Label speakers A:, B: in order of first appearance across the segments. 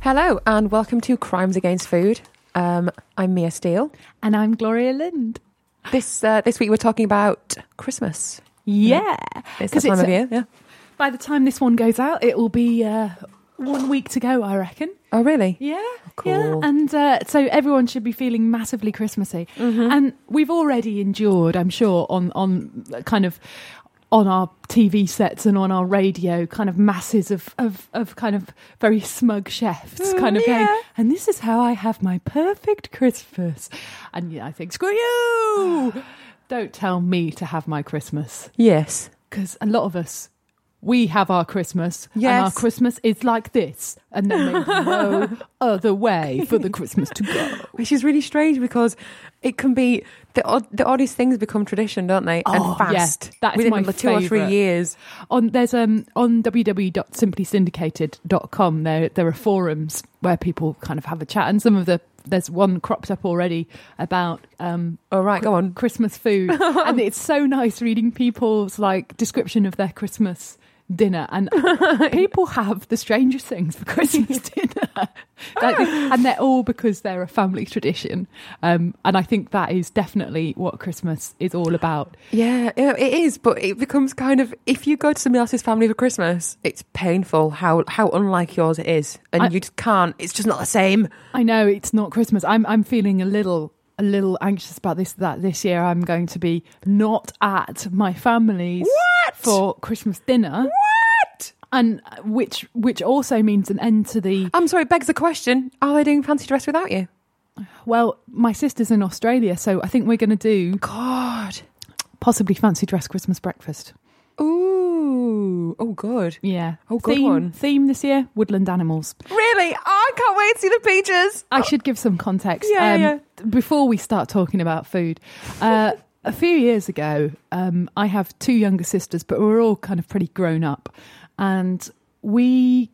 A: Hello, and welcome to Crimes Against Food. Um, I'm Mia Steele.
B: And I'm Gloria Lind.
A: This uh, this week we're talking about Christmas.
B: Yeah.
A: It's the
B: 'Cause
A: time
B: it's,
A: of
B: uh,
A: year. Yeah.
B: By the time this one goes out, it will be uh, one week to go, I reckon.
A: Oh, really?
B: Yeah. Yeah.
A: Cool. Mm-hmm.
B: And uh, so everyone should be feeling massively Christmassy. And we've already endured, I'm sure, on, on kind of on our TV sets and on our radio, kind of masses of, of, of kind of very smug chefs kind of
A: Mm, yeah.
B: going, and this is how I have my perfect Christmas. And yeah, I think, screw you! Don't tell me to have my Christmas
A: Yes.
B: because a lot of us we have our Christmas, and our
A: Yes.
B: Christmas is like this, and there may be no other way for the Christmas to go.
A: Which is really strange because it can be the odd, the oddest things become tradition, don't they?
B: Oh,
A: and
B: yeah.
A: fast.
B: That is
A: within
B: my
A: the two or three
B: favourite.
A: years.
B: On there's um on www.simplysyndicated.com there there are forums where people kind of have a chat, and some of the there's one cropped up already about um
A: All right, go on.
B: Christmas food, and it's so nice reading people's like description of their Christmas dinner. And people have the strangest things for Christmas dinner, Like, and they're all because they're a family tradition. Um, and I think that is definitely what Christmas is all about.
A: Yeah, yeah, it is, but it becomes kind of if you go to somebody else's family for Christmas, it's painful how how unlike yours it is, and
B: I-
A: you just can't. It's just not the same.
B: I know it's not Christmas. I'm I'm feeling a little a little anxious about this that this year I'm going to be not at my family's
A: What?
B: for Christmas dinner.
A: What?
B: And uh, which which also means an end to the
A: I'm Um, sorry, it begs the question: Are they doing fancy dress without you?
B: Well, my sister's in Australia, so I think we're going to do
A: God.
B: possibly fancy dress Christmas breakfast.
A: Ooh. Oh, good.
B: Yeah.
A: Oh, good
B: theme,
A: one.
B: Theme this year: woodland animals.
A: Really? I can't wait to see the peaches.
B: I should give some context.
A: Oh.
B: Um,
A: Yeah, yeah.
B: th- Before we start talking about food, uh, a few years ago, um, I have two younger sisters, but we're all kind of pretty grown up, and we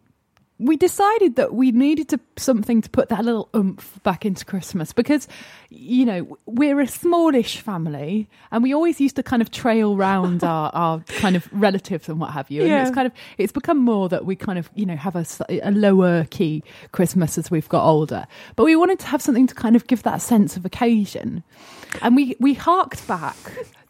B: we decided that we needed to something to put that little oomph back into Christmas because you know we're a smallish family and we always used to kind of trail round our, our kind of relatives and what have you and
A: Yeah.
B: it's kind of it's become more that we kind of you know have a, s- a lower key Christmas as we've got older but we wanted to have something to kind of give that sense of occasion and we we harked back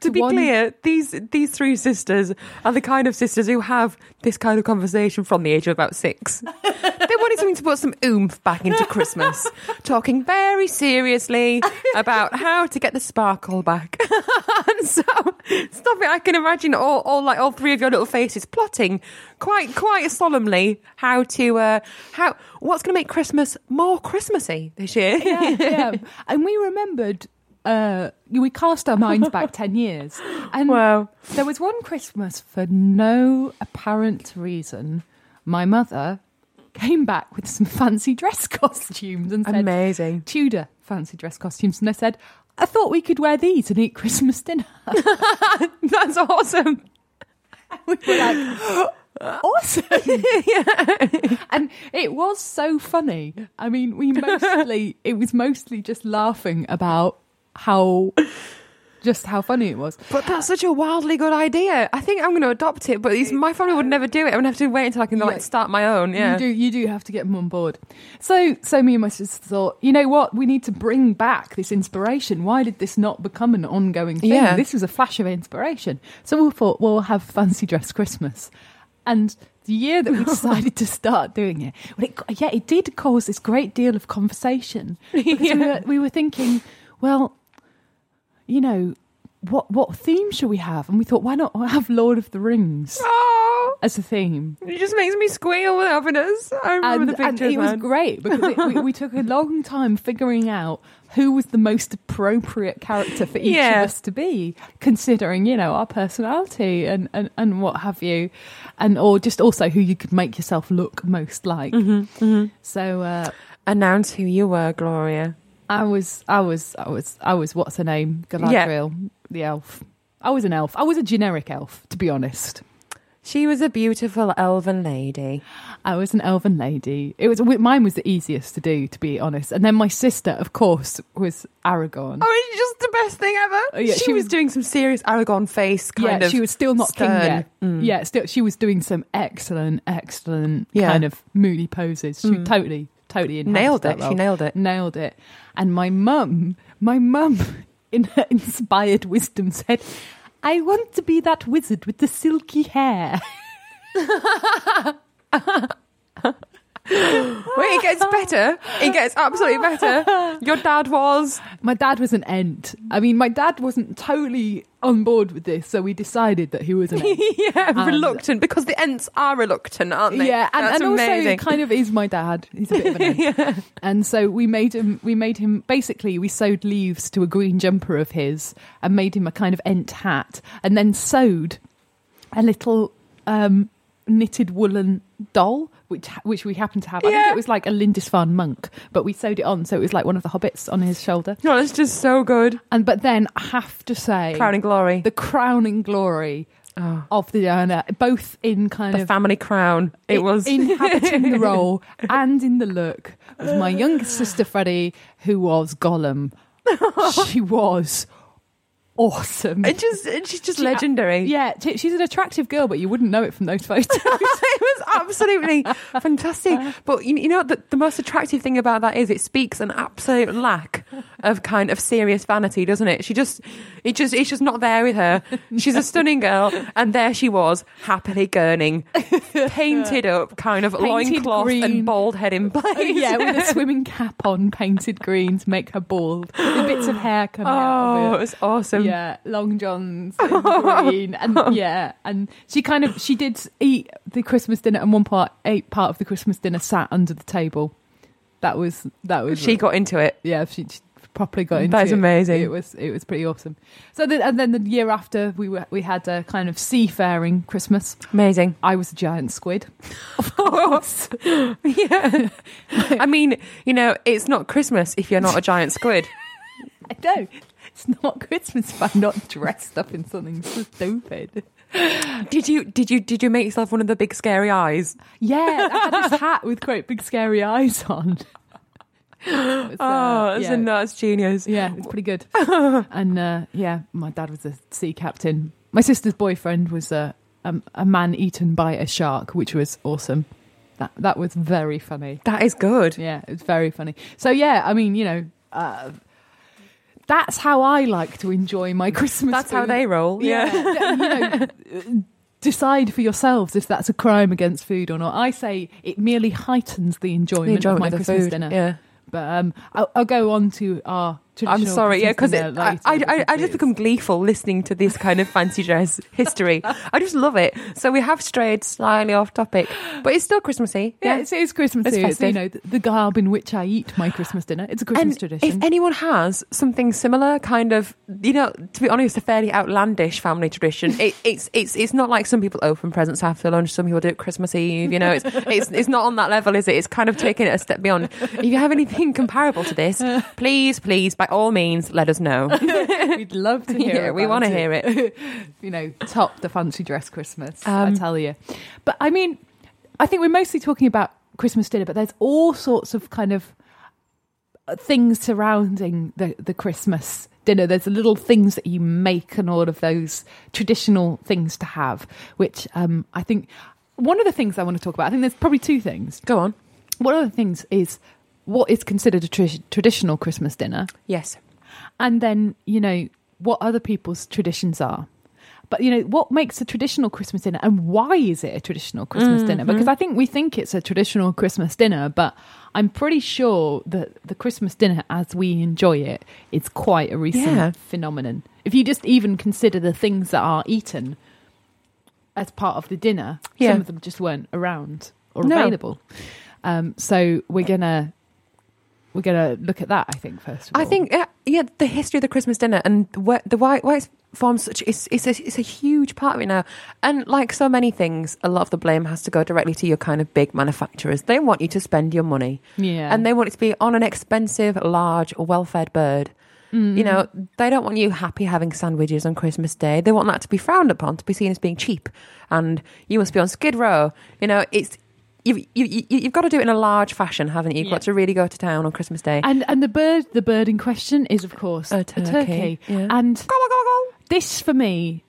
A: To be
B: one-
A: clear, these these three sisters are the kind of sisters who have this kind of conversation from the age of about six. they wanted something to put some oomph back into Christmas, talking very seriously about how to get the sparkle back. and so, stop it! I can imagine all, all like all three of your little faces plotting quite quite solemnly how to uh, how what's going to make Christmas more Christmassy this year.
B: yeah, yeah. And we remembered. Uh, we cast our minds back ten years, and
A: Wow.
B: there was one Christmas for no apparent reason. My mother came back with some fancy dress costumes and said,
A: Amazing.
B: Tudor fancy dress costumes, and I said, I thought we could wear these and eat Christmas dinner.
A: That's awesome.
B: we were like, awesome. And it was so funny. I mean, we mostly, it was mostly just laughing about how, just how funny it was.
A: But that's such a wildly good idea. I think I'm going to adopt it, but it's, my family would never do it. I'm going to have to wait until I can
B: Yeah.
A: like start my own. Yeah.
B: You do, you do have to get them on board. So, so me and my sister thought, you know what? We need to bring back this inspiration. Why did this not become an ongoing thing?
A: Yeah.
B: This was a flash of inspiration. So we thought, well, we'll have fancy dress Christmas. And the year that we decided to start doing it, well, it yeah, it did cause this great deal of conversation. Because we, were, we were thinking, well, you know, what what theme should we have? And we thought, why not have Lord of the Rings
A: Oh,
B: as a theme?
A: it just makes me squeal with happiness. I remember
B: and,
A: the
B: and
A: pictures,
B: it was
A: man.
B: great because it, we, we took a long time figuring out who was the most appropriate character for each
A: Yeah.
B: of us to be, considering you know our personality and, and, and what have you, and or just also who you could make yourself look most like.
A: Mm.
B: So uh,
A: Announce who you were, Gloria.
B: I was I was I was I was what's her name Galadriel the elf. I was an elf. I was a generic elf, to be honest.
A: She was a beautiful elven lady.
B: I was an elven lady. It was mine was the easiest to do, to be honest. And then my sister, of course, was Aragorn.
A: Oh, it's just the best thing ever.
B: Oh, yeah,
A: she,
B: she
A: was,
B: was-
A: doing some serious Aragon face kind
B: yeah,
A: of.
B: she was still not king
A: stern. Hmm. Mm.
B: yet. Yeah, still she was doing some excellent, excellent
A: Yeah. Hmm.
B: kind of moody poses. She totally, totally enhanced
A: Nailed
B: that
A: it.
B: role.
A: She nailed it.
B: Nailed it. And my mum, my mum, in her inspired wisdom, said, I want to be that wizard with the silky hair.
A: Wait, it gets better. It gets absolutely better. Your dad was.
B: My dad was an ent. I mean, my dad wasn't totally on board with this, so we decided that he was an ent.
A: yeah,
B: And-
A: reluctant because the ants are reluctant, aren't they?
B: Yeah, and,
A: That's
B: and also
A: amazing.
B: kind of is my dad. He's a bit of an ant. And so we made him we made him basically we sewed leaves to a green jumper of his and made him a kind of ent hat and then sewed a little um, knitted woolen doll which ha- which we happened to have. I
A: Yeah.
B: think it was like a Lindisfarne monk, but we sewed it on so it was like one of the hobbits on his shoulder.
A: No, it's just so good.
B: And but then I have to say
A: Crown and glory.
B: the crowning glory
A: Oh.
B: of the Diana, both in kind
A: The
B: of
A: family crown. It,
B: in-
A: was.
B: inhabiting the role and in the look was my youngest sister Freddie, who was Gollum. She was awesome.
A: It just, it- she's just
B: She-
A: legendary.
B: Yeah, she- she's an attractive girl, but you wouldn't know it from those photos.
A: it was absolutely fantastic. But you, you know the, the most attractive thing about that is it speaks an absolute lack of kind of serious vanity, doesn't it? She just it just it's just not there with her. She's a stunning girl, and there she was, happily gurning, painted up, kind of
B: Painted
A: loincloth
B: green. Oh,
A: and bald head in place.
B: yeah, with a swimming cap on, painted green to make her bald, the bits of hair coming out of
A: Oh,
B: it.
A: it was awesome.
B: yeah, long johns in the green, and yeah, and she kind of she did eat the Christmas dinner, and one part ate part of the Christmas dinner sat under the table. That was that was
A: She got into it.
B: yeah she, she properly got into
A: That is
B: it.
A: amazing.
B: It was it was pretty awesome. So then, and then the year after we were we had a kind of seafaring Christmas.
A: Amazing.
B: I was a giant squid.
A: Of course. yeah. I mean, you know, it's not Christmas if you're not a giant squid.
B: I know it's not Christmas if I'm not dressed up in something stupid.
A: Did you did you did you make yourself one of the big scary eyes?
B: Yeah, I had this hat with great big scary eyes on. It was, uh,
A: oh, that's
B: yeah,
A: a nuts genius.
B: yeah, it's pretty good. and uh, yeah, my dad was a sea captain. My sister's boyfriend was a um, a man eaten by a shark, which was awesome. That that was very funny.
A: That is good.
B: Yeah, it was very funny. So yeah, I mean, you know, uh, that's how I like to enjoy my Christmas.
A: That's how
B: food.
A: they roll. Yeah.
B: Yeah. you know, decide for yourselves if that's a crime against food or not. I say it merely heightens the enjoyment, Oh, of my Christmas dinner.
A: Yeah.
B: But um, I'll, I'll go on to our
A: I'm
B: traditional
A: sorry, yeah, because
B: Christmas
A: I,
B: dinner
A: I,
B: later,
A: I, I
B: because
A: just become gleeful listening to this kind of fancy dress history. I just love it. So we have strayed slightly off topic, but it's still Christmassy.
B: Yeah, it's, it's Christmas.
A: It's
B: too. It's, you
A: festive.
B: know, the, the garb in which I eat my Christmas dinner. It's a Christmas
A: And
B: tradition.
A: if anyone has something similar, kind of, you know, to be honest, a fairly outlandish family tradition. It, it's it's it's not like some people open presents after lunch. Some people do it Christmas Eve. You know, it's it's it's not on that level, is it? It's kind of taking it a step beyond. If you have anything comparable to this, please, please, by all means, let us know.
B: We'd love to hear
A: Yeah, we
B: about
A: want to hear it.
B: you know, top the fancy dress Christmas, I
A: Um,
B: tell you. But I mean, I think we're mostly talking about Christmas dinner, but there's all sorts of kind of uh, things surrounding the, the Christmas dinner. There's the little things that you make and all of those traditional things to have, which um, I think one of the things I want to talk about, I think there's probably two things.
A: Go on.
B: One of the things is what is considered a tr- traditional Christmas dinner
A: Yes.
B: and then you know what other people's traditions are but you know what makes a traditional christmas dinner and why is it a traditional christmas dinner
A: Mm-hmm.
B: because i think we think it's a traditional christmas dinner but i'm pretty sure that the christmas dinner as we enjoy it is quite a recent
A: Yeah.
B: phenomenon if you just even consider the things that are eaten as part of the dinner
A: Yeah.
B: some of them just weren't around or
A: No. Uh,
B: available um, so we're gonna we're gonna look at that i think first of
A: I
B: all.
A: think uh, yeah, the history of the Christmas dinner and where, the why why it's formed such it's it's a, it's a huge part of it now. And like so many things, a lot of the blame has to go directly to your kind of big manufacturers. They want you to spend your money,
B: yeah
A: and they want it to be on an expensive, large, well-fed bird.
B: Mm-hmm.
A: You know, they don't want you happy having sandwiches on Christmas Day. They want that to be frowned upon, to be seen as being cheap, and you must be on Skid Row. You know, it's. You've, you, you, you've got to do it in a large fashion, haven't you? You've
B: Yeah.
A: got to really go to town on Christmas Day.
B: And and the bird the bird in question is of course
A: A
B: a turkey.
A: turkey, yeah.
B: And
A: Gobble, gobble, gobble.
B: this for me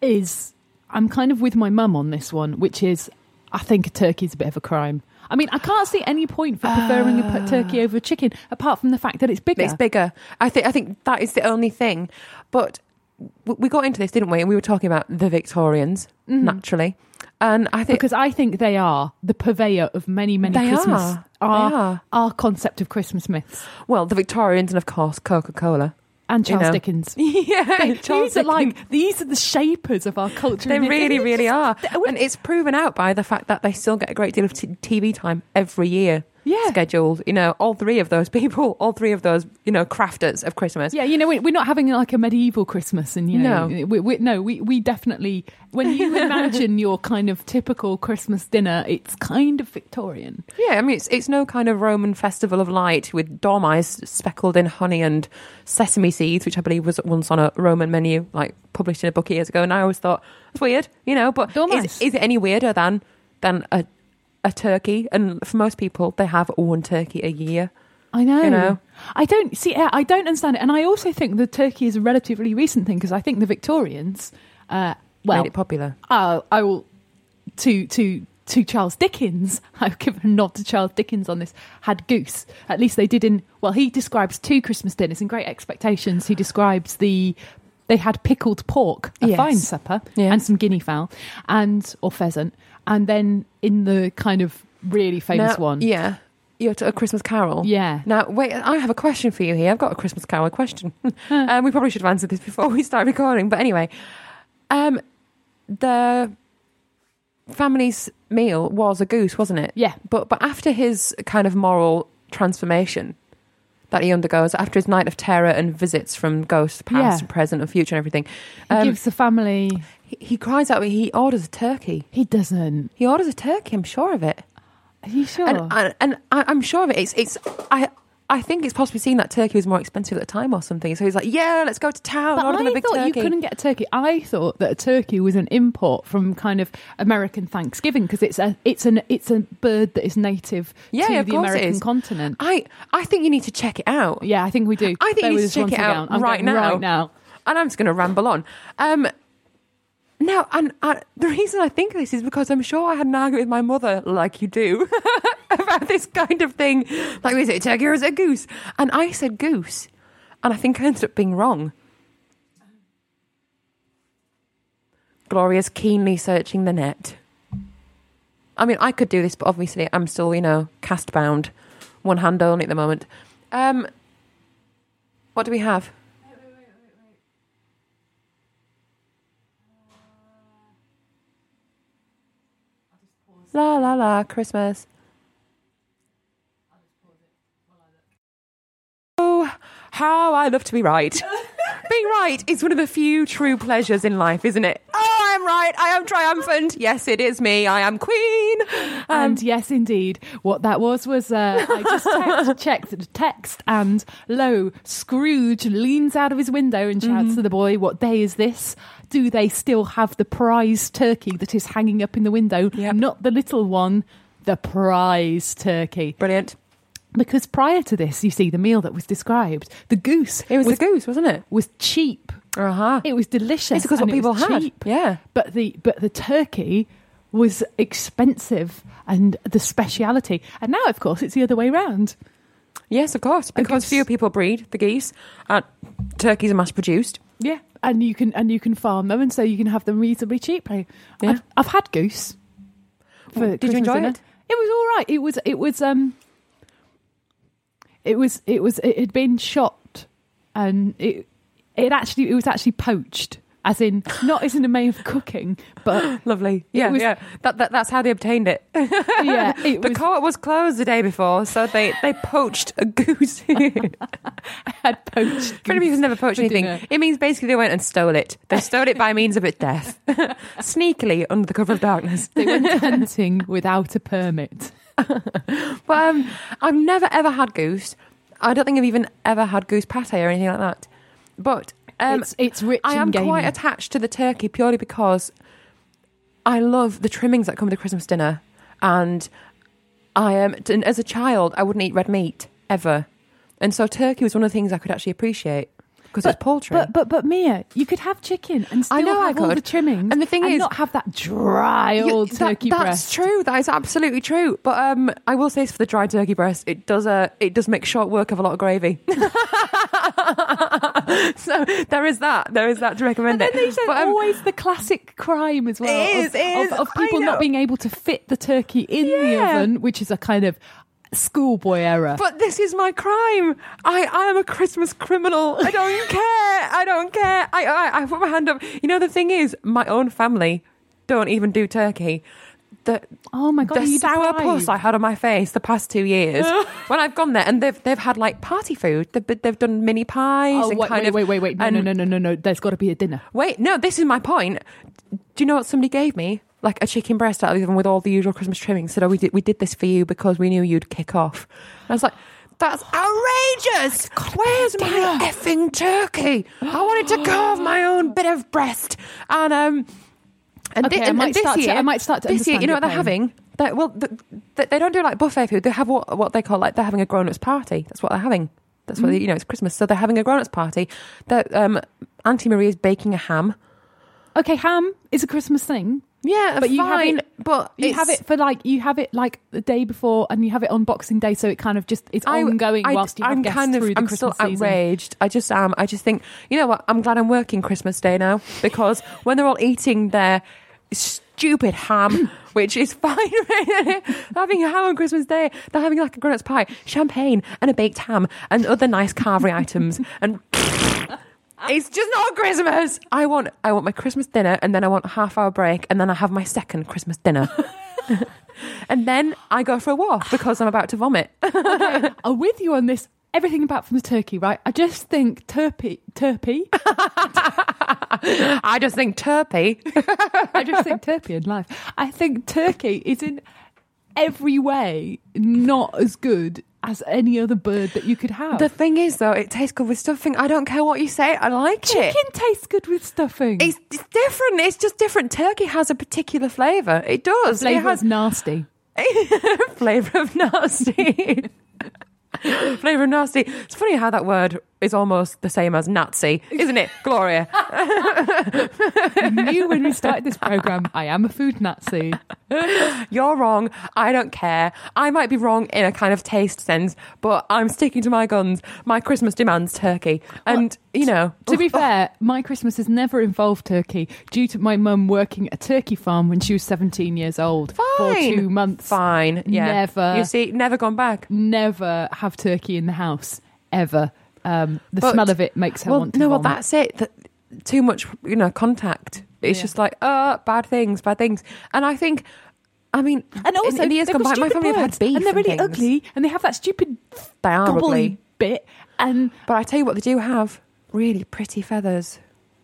B: is I'm kind of with my mum on this one, which is I think a turkey's a bit of a crime. I mean, I can't see any point for preferring a p- turkey over a chicken, apart from the fact that it's bigger.
A: Ah. It's bigger. I think I think that is the only thing. But w- we got into this, didn't we? And we were talking about the Victorians naturally, and I think
B: Mm-hmm. because I think they are the purveyor of many, many
A: They
B: Christmas
A: are.
B: Our,
A: They are.
B: our concept of Christmas myths
A: well, the Victorians and of course Coca Cola.
B: and
A: You
B: Charles
A: know.
B: Dickens.
A: Yeah,
B: these are like these are the shapers of our culture.
A: They
B: and it-
A: really,
B: it
A: really
B: just-
A: are.
B: I went-
A: And it's proven out by the fact that they still get a great deal of t- TV time every year.
B: Yeah.
A: Scheduled, you know, all three of those people, all three of those, you know, crafters of Christmas.
B: Yeah, you know, we- we're not having like a medieval Christmas, and you know,
A: No.
B: we, we, no, we we definitely. When you imagine your kind of typical Christmas dinner, it's kind of Victorian.
A: Yeah, I mean, it's it's no kind of Roman festival of light with dormice speckled in honey and sesame seeds, which I believe was once on a Roman menu, like published in a book years ago. And I always thought that's weird, you know. But
B: Dormice.
A: is, is it any weirder than than a a turkey? And for most people, they have one turkey a year.
B: I know.
A: You know?
B: I don't see. I I don't understand it, and I also think the turkey is a relatively recent thing because I think the Victorians, uh, well,
A: Made it popular.
B: uh, I will to to to Charles Dickens. I've given a nod to Charles Dickens on this. Had goose. At least they did in. Well, he describes two Christmas dinners in Great Expectations. He describes the. They had pickled pork, a
A: Yes.
B: fine supper,
A: Yes.
B: and some guinea fowl, and or pheasant, and then in the kind of really famous
A: Now-
B: one,
A: Yeah. You're to a Christmas Carol.
B: Yeah.
A: Now, wait, I have a question for you here. I've got a Christmas Carol question. um, we probably should have answered this before we start recording. But anyway, um, the family's meal was a goose, wasn't it?
B: yeah,
A: But but after his kind of moral transformation that he undergoes, after his night of terror and visits from ghosts, past,
B: Yeah.
A: present, and future, and everything,
B: he
A: um,
B: gives the family.
A: he, he cries out. He orders a turkey.
B: He doesn't.
A: He orders a turkey. I'm sure of it.
B: Are you sure?
A: And, and, and I, I'm sure of it. It's, it's, I, I think it's possibly seen that turkey was more expensive at the time or something. So he's like, yeah, let's go to town.
B: But
A: order them a
B: I
A: big
B: thought
A: turkey.
B: you couldn't get a turkey. I thought that a turkey was an import from kind of American Thanksgiving because it's a it's an it's a bird that is native
A: Yeah,
B: to
A: of
B: the
A: course it
B: American
A: is.
B: continent.
A: I, I think you need to check it out.
B: Yeah, I think we do.
A: I think
B: Bear
A: you
B: with
A: need
B: us
A: to check
B: once
A: it out
B: again. I'm
A: right
B: going
A: now.
B: Right now.
A: And I'm just going to ramble on. Um, now, and I, the reason I think this is because I'm sure I had an argument with my mother, like you do, about this kind of thing. Like, is it a turkey or is it a goose? And I said goose. And I think I ended up being wrong. Gloria's keenly searching the net. I mean, I could do this, but obviously I'm still, you know, cast bound, one hand only at the moment. Um, what do we have? La la la, Christmas. Oh, how I love to be right. Being right is one of the few true pleasures in life, isn't it? Oh, I'm right. I am triumphant. Yes, it is me. I am queen. Uh, Um,
B: and yes, indeed, what that was was uh, I just text, checked the text, and lo, Scrooge leans out of his window and shouts
A: Mm-hmm.
B: to the boy, "What day is this? Do they still have the prize turkey that is hanging up in the window?
A: Yep.
B: Not the little one." The prize turkey.
A: Brilliant.
B: Because prior to this, you see, the meal that was described, the goose
A: It was,
B: was,
A: the goose, wasn't it?
B: was cheap.
A: Uh huh.
B: It was delicious.
A: It's because what
B: and it
A: people
B: was
A: had.
B: cheap.
A: Yeah.
B: But the but the turkey was expensive and the speciality. And now, of course, it's the other way round.
A: Yes, of course. Because
B: goose.
A: few people breed the geese. And turkeys are mass produced.
B: Yeah. And you can and you can farm them, and so you can have them reasonably cheaply.
A: Yeah. Oh,
B: I've, I've had goose. For
A: Did you
B: Christmas
A: enjoy
B: dinner.
A: it?
B: It was all right. It was it was um. It was it was it had been shot, and it it actually it was actually poached, as in not as in the way of cooking, but
A: Lovely. Yeah,
B: was-
A: yeah. That, that, that's how they obtained it.
B: yeah, it
A: The
B: was,
A: court was closed the day before, so they, they poached a goose.
B: had poached.
A: Freedom
B: goose.
A: Eaters never poached
B: for
A: anything.
B: dinner.
A: It means basically they went and stole it. They stole it by means of its death, sneakily under the cover of darkness.
B: They went hunting without a permit.
A: But um, I've never ever had goose. I don't think I've even ever had goose pate or anything like that. But um,
B: it's it's rich.
A: I am
B: and gamey.
A: quite attached to the turkey purely because I love the trimmings that come with a Christmas dinner, and I am. And as a child, I wouldn't eat red meat ever, and so turkey was one of the things I could actually appreciate. because it's poultry.
B: But but but Mia, you could have chicken and still
A: I know I
B: have all
A: could.
B: the trimmings,
A: And the thing
B: and
A: is-
B: not have that dry
A: Yeah,
B: old
A: that-
B: turkey
A: that's
B: breast.
A: true. That is absolutely true. But um, I will say this for the dry turkey breast, it does uh, it does make short work of a lot of gravy. so there is that. There is that to recommend
B: And then
A: it.
B: they said
A: But, um,
B: always the classic crime as well
A: It
B: of-
A: is, it
B: of,
A: is.
B: Of,
A: I
B: people
A: know.
B: not being able to fit the turkey in the
A: Yeah.
B: oven, which is a kind of schoolboy error.
A: but this is my crime. I, I am a Christmas criminal. I don't care. I don't care. I, I I put my hand up. You know the thing is, my own family don't even do turkey. The
B: oh my god, are
A: the
B: you
A: sour
B: deprived?
A: puss I had on my face the past two years when I've gone there, and they've they've had like party food. They've, they've done mini pies
B: Oh,
A: and
B: wait,
A: kind
B: wait,
A: of
B: wait, wait, wait. No,
A: and-
B: no, no, no, no, no. There's got to be a dinner.
A: Wait, no, this is my point. Do you know what somebody gave me? Like a chicken breast out of the oven with all the usual Christmas trimmings. Said, "Oh, we did we did this for you because we knew you'd kick off." And I was like, "That's outrageous! Where's my effing turkey? I wanted to carve my own bit of breast." And um, and,
B: Okay,
A: thi-
B: I
A: and-
B: might
A: and this
B: start to-
A: year,
B: I might start to
A: this year.
B: understand
A: You know
B: your
A: what they're
B: pain.
A: having? They're, well, th th they don't do like buffet food. They have what what they call like they're having a grown ups party. That's what they're having. That's
B: Mm-hmm.
A: what they, you know. It's Christmas, so they're having a grown ups party. That um, Auntie Marie is baking a ham.
B: Okay, ham is a Christmas thing.
A: Yeah,
B: But you have
A: fine.
B: it-
A: but
B: You
A: it's-
B: have it for like you have it like the day before, and you have it on Boxing Day, so it kind of just it's ongoing whilst you have
A: I'm
B: guests
A: kind of,
B: through the
A: I'm
B: Christmas
A: still
B: season.
A: outraged. I just am. I just think, you know what? I'm glad I'm working Christmas Day now because when they're all eating their stupid ham, which is fine, they're having a ham on Christmas Day, they're having like a grown pie, champagne, and a baked ham, and other nice carvery items, and. It's just not Christmas. I want I want my Christmas dinner and then I want a half hour break and then I have my second Christmas dinner. and then I go for a walk because I'm about to vomit.
B: I'm with you on this. Everything about from the turkey, right? I just think turkey, turkey.
A: I just think turpy.
B: I just think turkey in life. I think turkey is in every way not as good as any other bird that you could have.
A: The thing is, though, it tastes good with stuffing. I don't care what you say, I like it.
B: chicken tastes good with stuffing.
A: It's, it's different. It's just different. Turkey has a particular flavour. It does.
B: Flavour
A: it has
B: is nasty.
A: flavour of nasty. flavour of nasty. It's funny how that word is almost the same as Nazi, isn't it, Gloria?
B: I knew when we started this program, I am a food Nazi.
A: You're wrong. I don't care. I might be wrong in a kind of taste sense, but I'm sticking to my guns. My Christmas demands turkey. And, you know.
B: To be fair, my Christmas has never involved turkey due to my mum working at a turkey farm when she was 17 years old for
A: Fine.
B: two months.
A: Fine. Yeah.
B: Never.
A: You see, never gone back.
B: Never have turkey in the house, ever. Um, the
A: But-
B: smell of it makes her
A: well,
B: want to
A: no, well,
B: vomit.
A: that's it. That too much, you know, contact. It's
B: Yeah.
A: just like, uh, bad things, bad things. And I think, I mean,
B: And also,
A: in, in the years
B: they've
A: gone
B: got
A: by, my
B: stupid
A: family have
B: birds,
A: had beef,
B: and they're really
A: things.
B: ugly, and they have that stupid
A: They are
B: gobbly
A: ugly.
B: bit. And
A: But I tell you what, they do have really pretty feathers.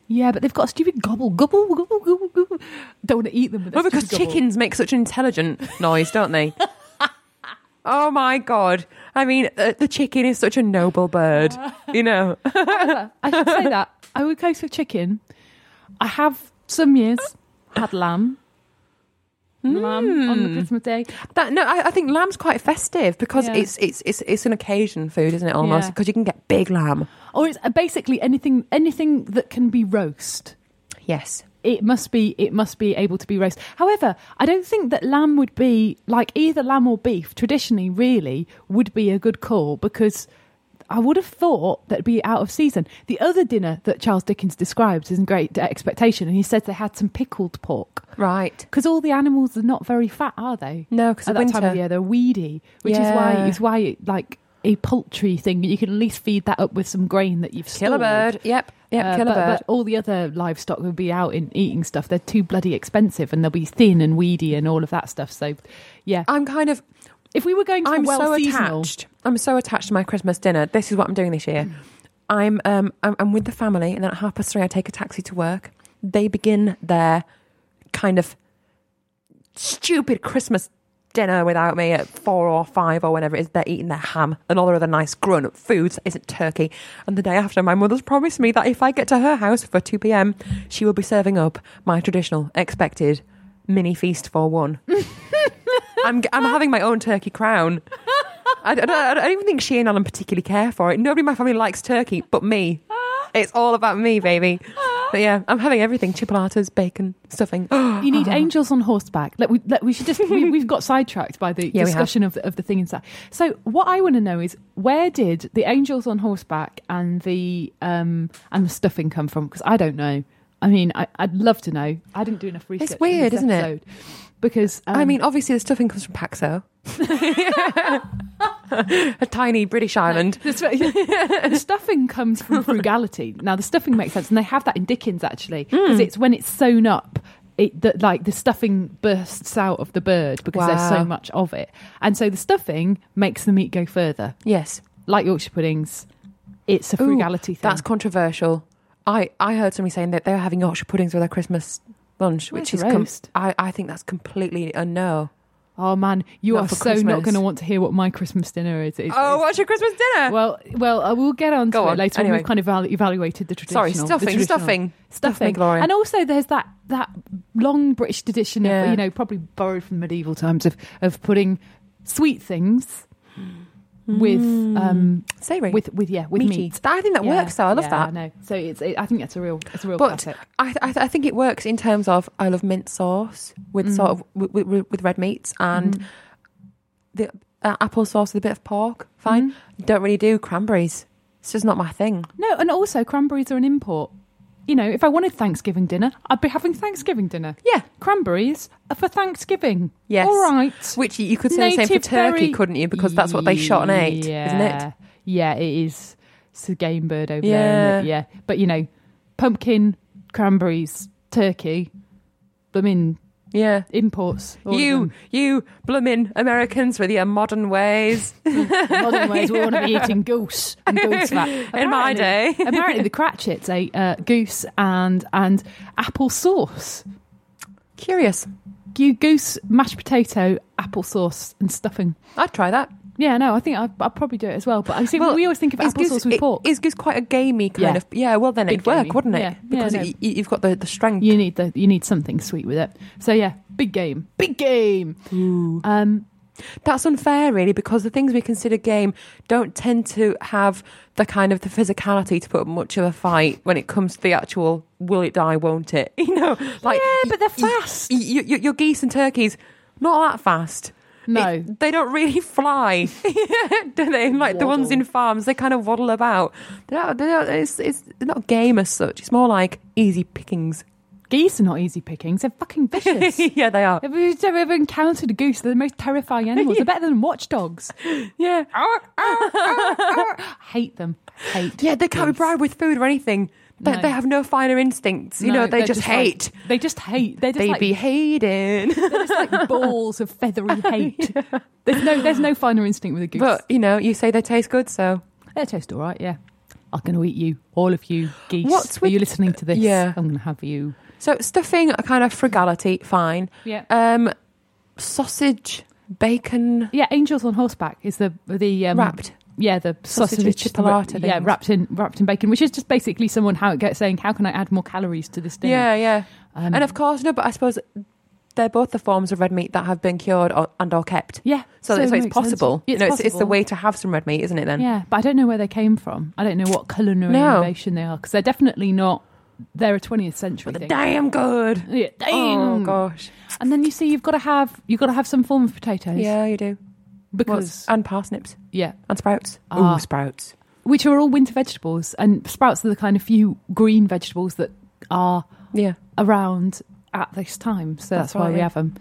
B: yeah, but they've got a stupid gobble, gobble, gobble, gobble, gobble. Don't want to eat them. But
A: Well,
B: that
A: because
B: stupid gobble.
A: chickens make such an intelligent noise, don't they? oh my god! I mean, uh, the chicken is such a noble bird, you know.
B: I should say that I would go for chicken. I have some years had lamb. Lamb on the Christmas day.
A: That no, I, I think lamb's quite festive because
B: Yeah.
A: it's it's it's it's an occasion food, isn't it? Almost
B: Yeah.
A: because you can get big lamb.
B: Or it's uh, basically anything anything that can be roast.
A: Yes.
B: it must be it must be able to be roast. However, I don't think that lamb would be like either lamb or beef traditionally really would be a good call because I would have thought that'd be out of season. The other dinner that Charles Dickens describes is in great expectation and he said they had some pickled pork.
A: Right.
B: Because all the animals are not very fat, are they?
A: No, 'cause
B: at
A: of
B: that time of
A: winter.
B: year they're weedy, which is
A: Yeah.
B: why is why it, like a poultry thing you can at least feed that up with some grain that you've
A: Kill a
B: stored.
A: bird. Yep. Yep.
B: Uh,
A: kill a
B: but,
A: bird.
B: but all the other livestock will be out in eating stuff. They're too bloody expensive, and they'll be thin and weedy and all of that stuff. So, yeah,
A: I'm kind of.
B: if we were going to
A: I'm
B: well
A: so
B: seasonal, Mm.
A: attached. I'm so attached to my Christmas dinner. This is what I'm doing this year. I'm um I'm, I'm with the family, and then at half past three, I take a taxi to work. They begin their kind of stupid Christmas dinner without me at four or five or whenever it is. They're eating their ham and all their other nice grown-up foods. that Isn't turkey? And the day after, my mother's promised me that if I get to her house for two p.m., she will be serving up my traditional expected mini feast for one. I'm I'm having my own turkey crown. I, I don't, I don't even think she and Alan particularly care for it. Nobody in my family likes turkey but me. It's all about me, baby. But yeah, I'm having everything: chipolatas, bacon, stuffing.
B: You need
A: Uh-huh.
B: angels on horseback. Like we, like we should just we, we've got sidetracked by the
A: Yeah, we have.
B: discussion of the, of the thing inside. So what I want to know is where did the angels on horseback and the um and the stuffing come from? Because I don't know. I mean, I, I'd love to know. I didn't do enough research. in
A: weird,
B: this
A: isn't it?
B: episode. Because um,
A: I mean, obviously, the stuffing comes from Paxo, a tiny British island.
B: That's right. the stuffing comes from frugality. Now the stuffing makes sense, and they have that in Dickens actually, because
A: Hmm.
B: it's when it's sewn up, it that like the stuffing bursts out of the bird because there's
A: Wow.
B: so much of it, and so the stuffing makes the meat go further.
A: Yes,
B: Like Yorkshire puddings, it's a
A: Ooh,
B: frugality thing.
A: That's controversial. I, I heard somebody saying that they were having Yorkshire puddings with their Christmas lunch, which
B: Where's
A: is
B: the
A: com-
B: roast?
A: I I think that's completely a no.
B: oh man, you
A: Not
B: are
A: for
B: so not
A: Christmas.
B: going to want to hear what my Christmas dinner is. It's-
A: Oh,
B: it's-
A: what's your Christmas dinner?
B: well, well, I will get on to
A: Go
B: it
A: on,
B: later when
A: anyway.
B: we've kind of evalu- evaluated the traditional.
A: Sorry,
B: the
A: stuffing,
B: traditional-
A: stuffing,
B: stuffing.
A: Gloria.
B: And also, there's that that long British tradition
A: Yeah.
B: of you know probably borrowed from medieval times of of putting sweet things with um
A: Savory
B: with with yeah with
A: Mm. meaty.
B: meat.
A: That- I think that
B: Yeah,
A: works. Though I love
B: yeah, I
A: that.
B: know. So it's it, I think that's a real it's a real
A: But
B: classic.
A: I, I, I think it works in terms of I love mint sauce with
B: Mm.
A: sort of with, with, with red meats and
B: Mm-hmm.
A: the uh, apple sauce with a bit of pork. Fine. Don't really do cranberries. It's just not my thing.
B: Mm-hmm. No, and also cranberries are an import. You know, if I wanted Thanksgiving dinner, I'd be having Thanksgiving dinner.
A: Yeah.
B: Cranberries are for Thanksgiving.
A: Yes.
B: All right.
A: Which you- you could say the same for
B: Native
A: turkey,
B: berry-
A: couldn't you? Because that's what they shot and ate, isn't
B: Yeah.
A: it?
B: Yeah, it is. It's a game bird over
A: Yeah.
B: there. Isn't it? Yeah. But, you know, pumpkin, cranberries, turkey, blooming
A: Yeah.
B: imports. all of
A: You,
B: them.
A: you bloomin' Americans with your modern ways.
B: Modern ways we want to be eating goose and goose fat.
A: In my
B: Apparently-
A: day.
B: apparently the Cratchits ate uh, goose and, and apple sauce.
A: Curious.
B: Goo- Goose, mashed potato, apple sauce and stuffing.
A: I'd try that.
B: Yeah, no, I think I'd, I'd probably do it as well. But I see, we always think of
A: is
B: apple sauce with
A: it-
B: pork.
A: Is goose quite a gamey kind
B: Yeah.
A: of? Yeah, well, then
B: Big
A: it'd work,
B: gamey.
A: wouldn't it?
B: Yeah. Yeah,
A: Because
B: no.
A: y- y- you've got the, the strength.
B: you need the you need something sweet with it. So yeah, big game, big game. Um,
A: That's unfair, really, because the things we consider game don't tend to have the kind of the physicality to put up much of a fight when it comes to the actual will it die, won't it? You know, like
B: Yeah, but they're
A: y-
B: fast.
A: Y- y- y- your geese and turkeys, not that fast.
B: No.
A: It- they don't really fly, do they? Like the ones
B: Waddle.
A: in farms, they kind of waddle about. They're not, they're not, it's, it's not game as such. It's more like easy pickings.
B: geese are not easy pickings; they're fucking vicious.
A: yeah, they are.
B: Have you ever ever encountered a goose? They're the most terrifying animals. They're better than watchdogs.
A: Yeah,
B: Hate them. Hate.
A: yeah. They can't be
B: geese.
A: bribed with food or anything. They,
B: No.
A: they have no finer instincts. You
B: No,
A: know, they
B: they're
A: just,
B: like-
A: hate.
B: they just hate. They're just
A: they
B: like,
A: be hating.
B: they're just like balls of feathery hate. There's no there's no finer instinct with a goose.
A: but you know, you say they taste good, so
B: They taste all right, yeah. I'm going to eat you, all of you geese.
A: What's
B: Are
A: with-
B: you listening to this?
A: Yeah.
B: I'm going to have you.
A: so stuffing a kind of frugality, fine.
B: Yeah.
A: Um, sausage, bacon
B: Yeah, angels on horseback is the the um,
A: wrapped.
B: Yeah, the
A: Sausage
B: sausage,
A: chipolata
B: Yeah,
A: things.
B: wrapped in wrapped in bacon, which is just basically someone how it gets saying, how can I add more calories to this dinner?
A: Yeah, yeah.
B: Um,
A: and of course, no, but I suppose they're both the forms of red meat that have been cured or, and or kept.
B: yeah.
A: So, so,
B: it
A: it's
B: makes sense.
A: possible. you know, It's, it's the
B: possible.
A: way to have some red meat, isn't it? Then
B: Yeah, but I don't know where they came from. I don't know what culinary
A: No.
B: innovation they are because they're definitely not. They're a 20th century
A: but they're
B: thing.
A: damn good.
B: yeah,
A: Oh
B: dang.
A: gosh.
B: and then you see you've got to have you've got to have some form of potatoes
A: Yeah, uh, you do.
B: because
A: and parsnips
B: yeah,
A: and sprouts.
B: Ah.
A: Ooh, sprouts.
B: which are all winter vegetables, and sprouts are the kind of few green vegetables that are
A: Yeah.
B: around at this time. So
A: That's
B: that's, why
A: right,
B: we
A: yeah.
B: have them.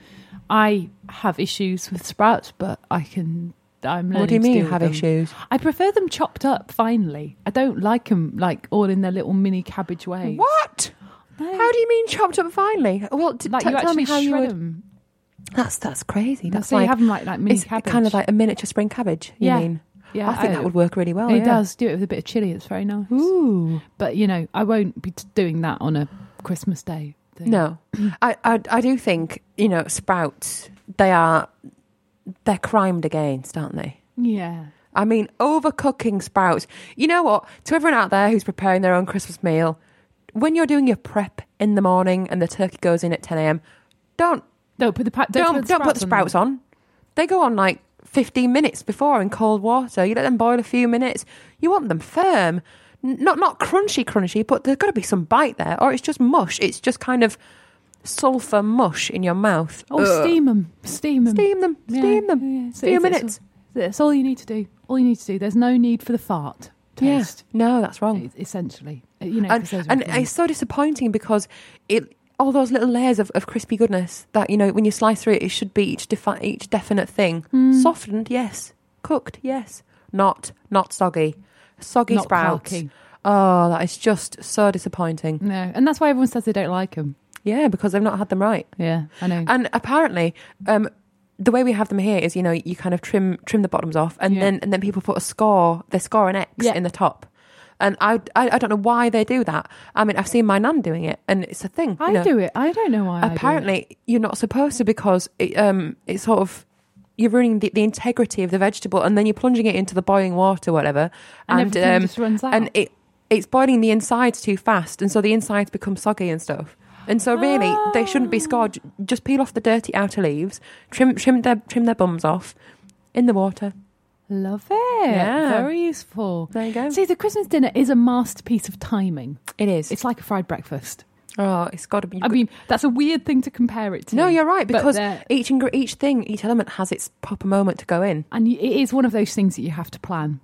B: I have issues with sprouts, but I can. I'm learning
A: What do you
B: to
A: mean
B: deal with
A: have
B: them.
A: issues?
B: I prefer them chopped up. Finally, I don't like them like all in their little mini cabbage way.
A: What?
B: No.
A: How do you mean chopped up finely? Well, t-
B: like
A: t-
B: you
A: tell
B: actually
A: me how
B: shred
A: you would.
B: them?
A: That's that's crazy. That's
B: so
A: like
B: you have them like like mini
A: it's
B: cabbage.
A: kind of like a miniature spring cabbage. You
B: Yeah.
A: mean?
B: yeah.
A: I think that would work really well.
B: It
A: yeah.
B: does do it with a bit of chili. It's very nice.
A: Ooh.
B: But you know, I won't be t- doing that on a Christmas day. Thing.
A: No, I, I I do think you know sprouts. They are they're crimed against, aren't they?
B: Yeah.
A: I mean, overcooking sprouts. You know what? To everyone out there who's preparing their own Christmas meal, when you're doing your prep in the morning and the turkey goes in at 10 a.m., don't
B: Don't put the pa-
A: don't
B: the
A: don't put the sprouts on. They go on like 15 minutes before in cold water. You let them boil a few minutes. You want them firm. n- not not crunchy, crunchy, but there's got to be some bite there, or it's just mush. It's just kind of sulfur mush in your mouth.
B: Oh,
A: Ugh.
B: steam 'em. steam 'em.
A: steam them,
B: Yeah,
A: steam them.
B: yeah, yeah. So
A: Few
B: it's- it's
A: minutes.
B: all- That's all you need to do. All you need to do. There's no need for the fart taste.
A: Yeah. No, that's wrong.
B: e- Essentially, Uh, you know,
A: and
B: 'cause those are
A: and
B: all
A: it's so disappointing because it all those little layers of, of crispy goodness that you know when you slice through it, it should be each defi- each definite thing.
B: Mm.
A: Softened, yes. Cooked, yes. Not not soggy. Soggy
B: not
A: sprouts.
B: parky.
A: Oh, that is just so disappointing.
B: No, and that's why everyone says they don't like them.
A: Yeah, because they've not had them right.
B: Yeah, I know.
A: And apparently, um, the way we have them here is you know you kind of trim trim the bottoms off, and
B: Yeah.
A: then and then people put a score they score an X
B: Yeah.
A: in the top. And I, I I don't know why they do that. I mean, I've seen my nan doing it, and it's a thing. you
B: I
A: know.
B: do it. I don't know why. I do it.
A: Apparently, you're not supposed to because it um it sort of you're ruining the, the integrity of the vegetable, and then you're plunging it into the boiling water, whatever,
B: and, everything just runs out.
A: and um, it it's boiling the insides too fast, and so the insides become soggy and stuff. And so really, they shouldn't be scored.
B: Ah.
A: J- Just peel off the dirty outer leaves, trim trim their trim their bums off in the water.
B: Love it.
A: Yeah.
B: Very useful.
A: There you go.
B: See, the Christmas dinner is a masterpiece of timing.
A: it is.
B: It's like a fried breakfast.
A: oh, it's got to be.
B: I mean, that's a weird thing to compare it to.
A: no, you're right
B: but
A: because
B: they're-
A: each ingre- each thing, each element has its proper moment to go in.
B: and y- it is one of those things that you have to plan.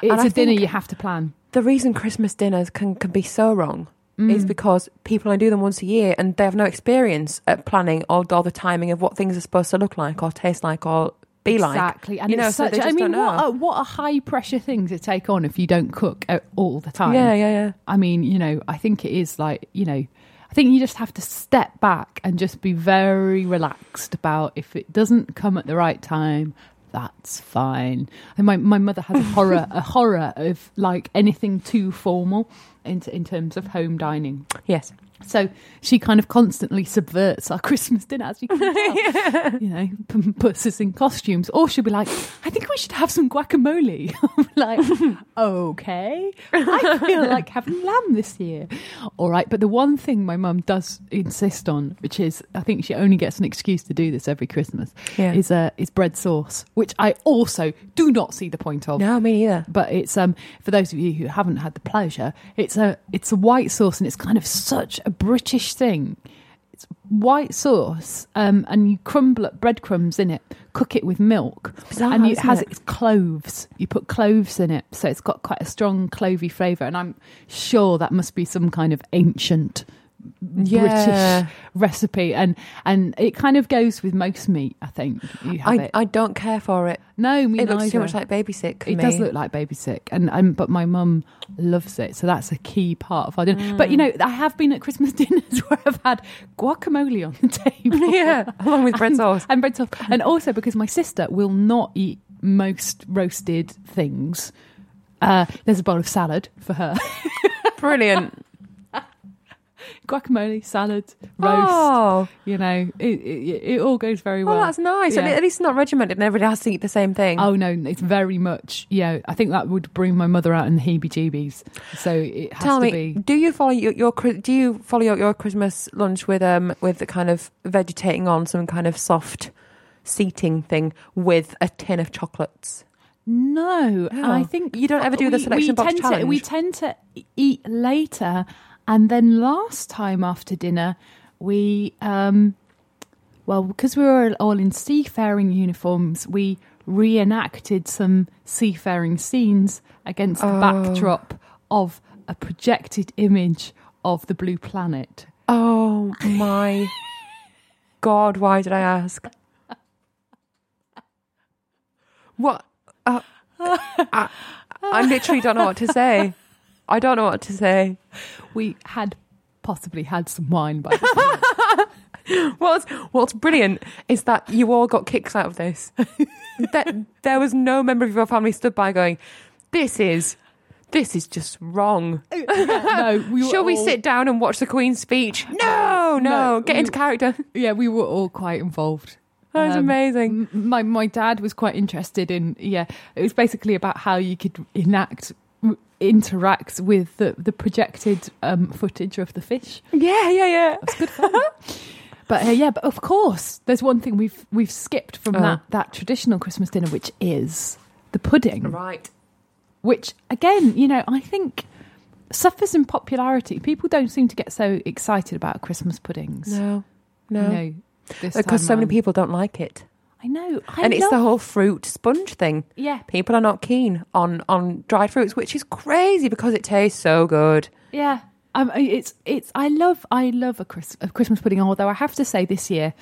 B: It's
A: And I
B: a dinner
A: think-
B: you have to plan.
A: The reason Christmas dinners can can be so wrong.
B: Mm.
A: Is because people only do them once a year and they have no experience at planning or, or the timing of what things are supposed to look like or taste like or be like.
B: Exactly, and
A: You
B: it's
A: know, so
B: such.
A: they
B: I
A: just
B: mean,
A: don't
B: what
A: know.
B: a, what a high pressure thing to take on if you don't cook at all the time.
A: Yeah, yeah, yeah.
B: I mean, you know, I think it is like you know, I think you just have to step back and just be very relaxed about if it doesn't come at the right time. That's fine. And my my mother has a horror a horror of like anything too formal in in terms of home dining.
A: Yes.
B: So she kind of constantly subverts our Christmas dinner, as you can tell. You know, p- puts us in costumes, or she'll be like, "I think we should have some guacamole." I'm like, okay, I feel like having lamb this year. All right, but the one thing my mum does insist on, which is, I think she only gets an excuse to do this every Christmas,
A: Yeah.
B: is uh, is bread sauce, which I also do not see the point of
A: No, me neither.
B: but it's um for those of you who haven't had the pleasure, it's a it's a white sauce and it's kind of such a British thing. It's white sauce, um, and you crumble up breadcrumbs in it, cook it with milk,
A: bizarre,
B: and you, it
A: isn't
B: has
A: it?
B: its cloves. You put cloves in it, so it's got quite a strong clovey flavour. And I'm sure that must be some kind of ancient
A: Yeah.
B: British recipe, and and it kind of goes with most meat. I think you have
A: I,
B: it.
A: I don't care for it.
B: no, me
A: It looks too
B: neither.
A: much like baby sick. for
B: It
A: me.
B: does look like baby sick, and, and but my mum loves it, so that's a key part of our dinner. But you know,
A: Mm.
B: I have been at Christmas dinners where I've had guacamole on the table,
A: yeah, along with bread
B: and,
A: sauce.
B: and bread sauce, and also because my sister will not eat most roasted things. Uh, there's a bowl of salad for her:
A: Brilliant.
B: guacamole, salad, roast.
A: Oh,
B: You know, it, it it all goes very
A: well,
B: well.
A: Oh, that's nice. At
B: yeah.
A: le- At least it's not regimented and everybody has to eat the same thing.
B: Oh no, it's very much. Yeah, I think that would bring my mother out in the heebie-jeebies. So it has
A: Tell
B: to
A: me,
B: be.
A: do you follow your, your Chri- do you follow your, your Christmas lunch with um with the kind of vegetating on some kind of soft seating thing with a tin of chocolates?
B: No,
A: Oh.
B: I think
A: You don't ever do the
B: Uh, we-
A: selection
B: we
A: box
B: tend To,
A: challenge?
B: we tend to eat later, and then last time after dinner, we um, well because we were all in seafaring uniforms, we reenacted some seafaring scenes against
A: Oh.
B: the backdrop of a projected image of the blue planet.
A: Oh my god! Why did I ask? What? Uh, I, I literally don't know what to say. I don't know what to say.
B: We had possibly had some wine by this point.
A: What's What's brilliant is that you all got kicks out of this. that there was no member of your family stood by going, "This is." This is just wrong.
B: no, we were
A: Shall we
B: all-
A: sit down and watch the Queen's speech? No, no,
B: No,
A: get
B: we-
A: into character.
B: Yeah, we were all quite involved.
A: That was
B: Um,
A: amazing.
B: M- my my dad was quite interested in yeah it was basically about how you could enact r- interact with the, the projected um, footage of the fish
A: Yeah, yeah, yeah.
B: but uh, yeah but of course there's one thing we've we've skipped from
A: Oh.
B: that that traditional christmas dinner which is the pudding
A: Right.
B: which again you know i think suffers in popularity. People don't seem to get so excited about Christmas puddings.
A: No,
B: you
A: no,
B: know, this
A: because
B: time
A: so many
B: round.
A: people don't like it,
B: I know. I
A: and it's the
B: love-
A: whole fruit sponge thing.
B: yeah,
A: People are not keen on on dried fruits, which is crazy because it tastes so good.
B: Yeah. Um, I- it's it's I love I love a, Chris, a Christmas pudding. Although I have to say this year,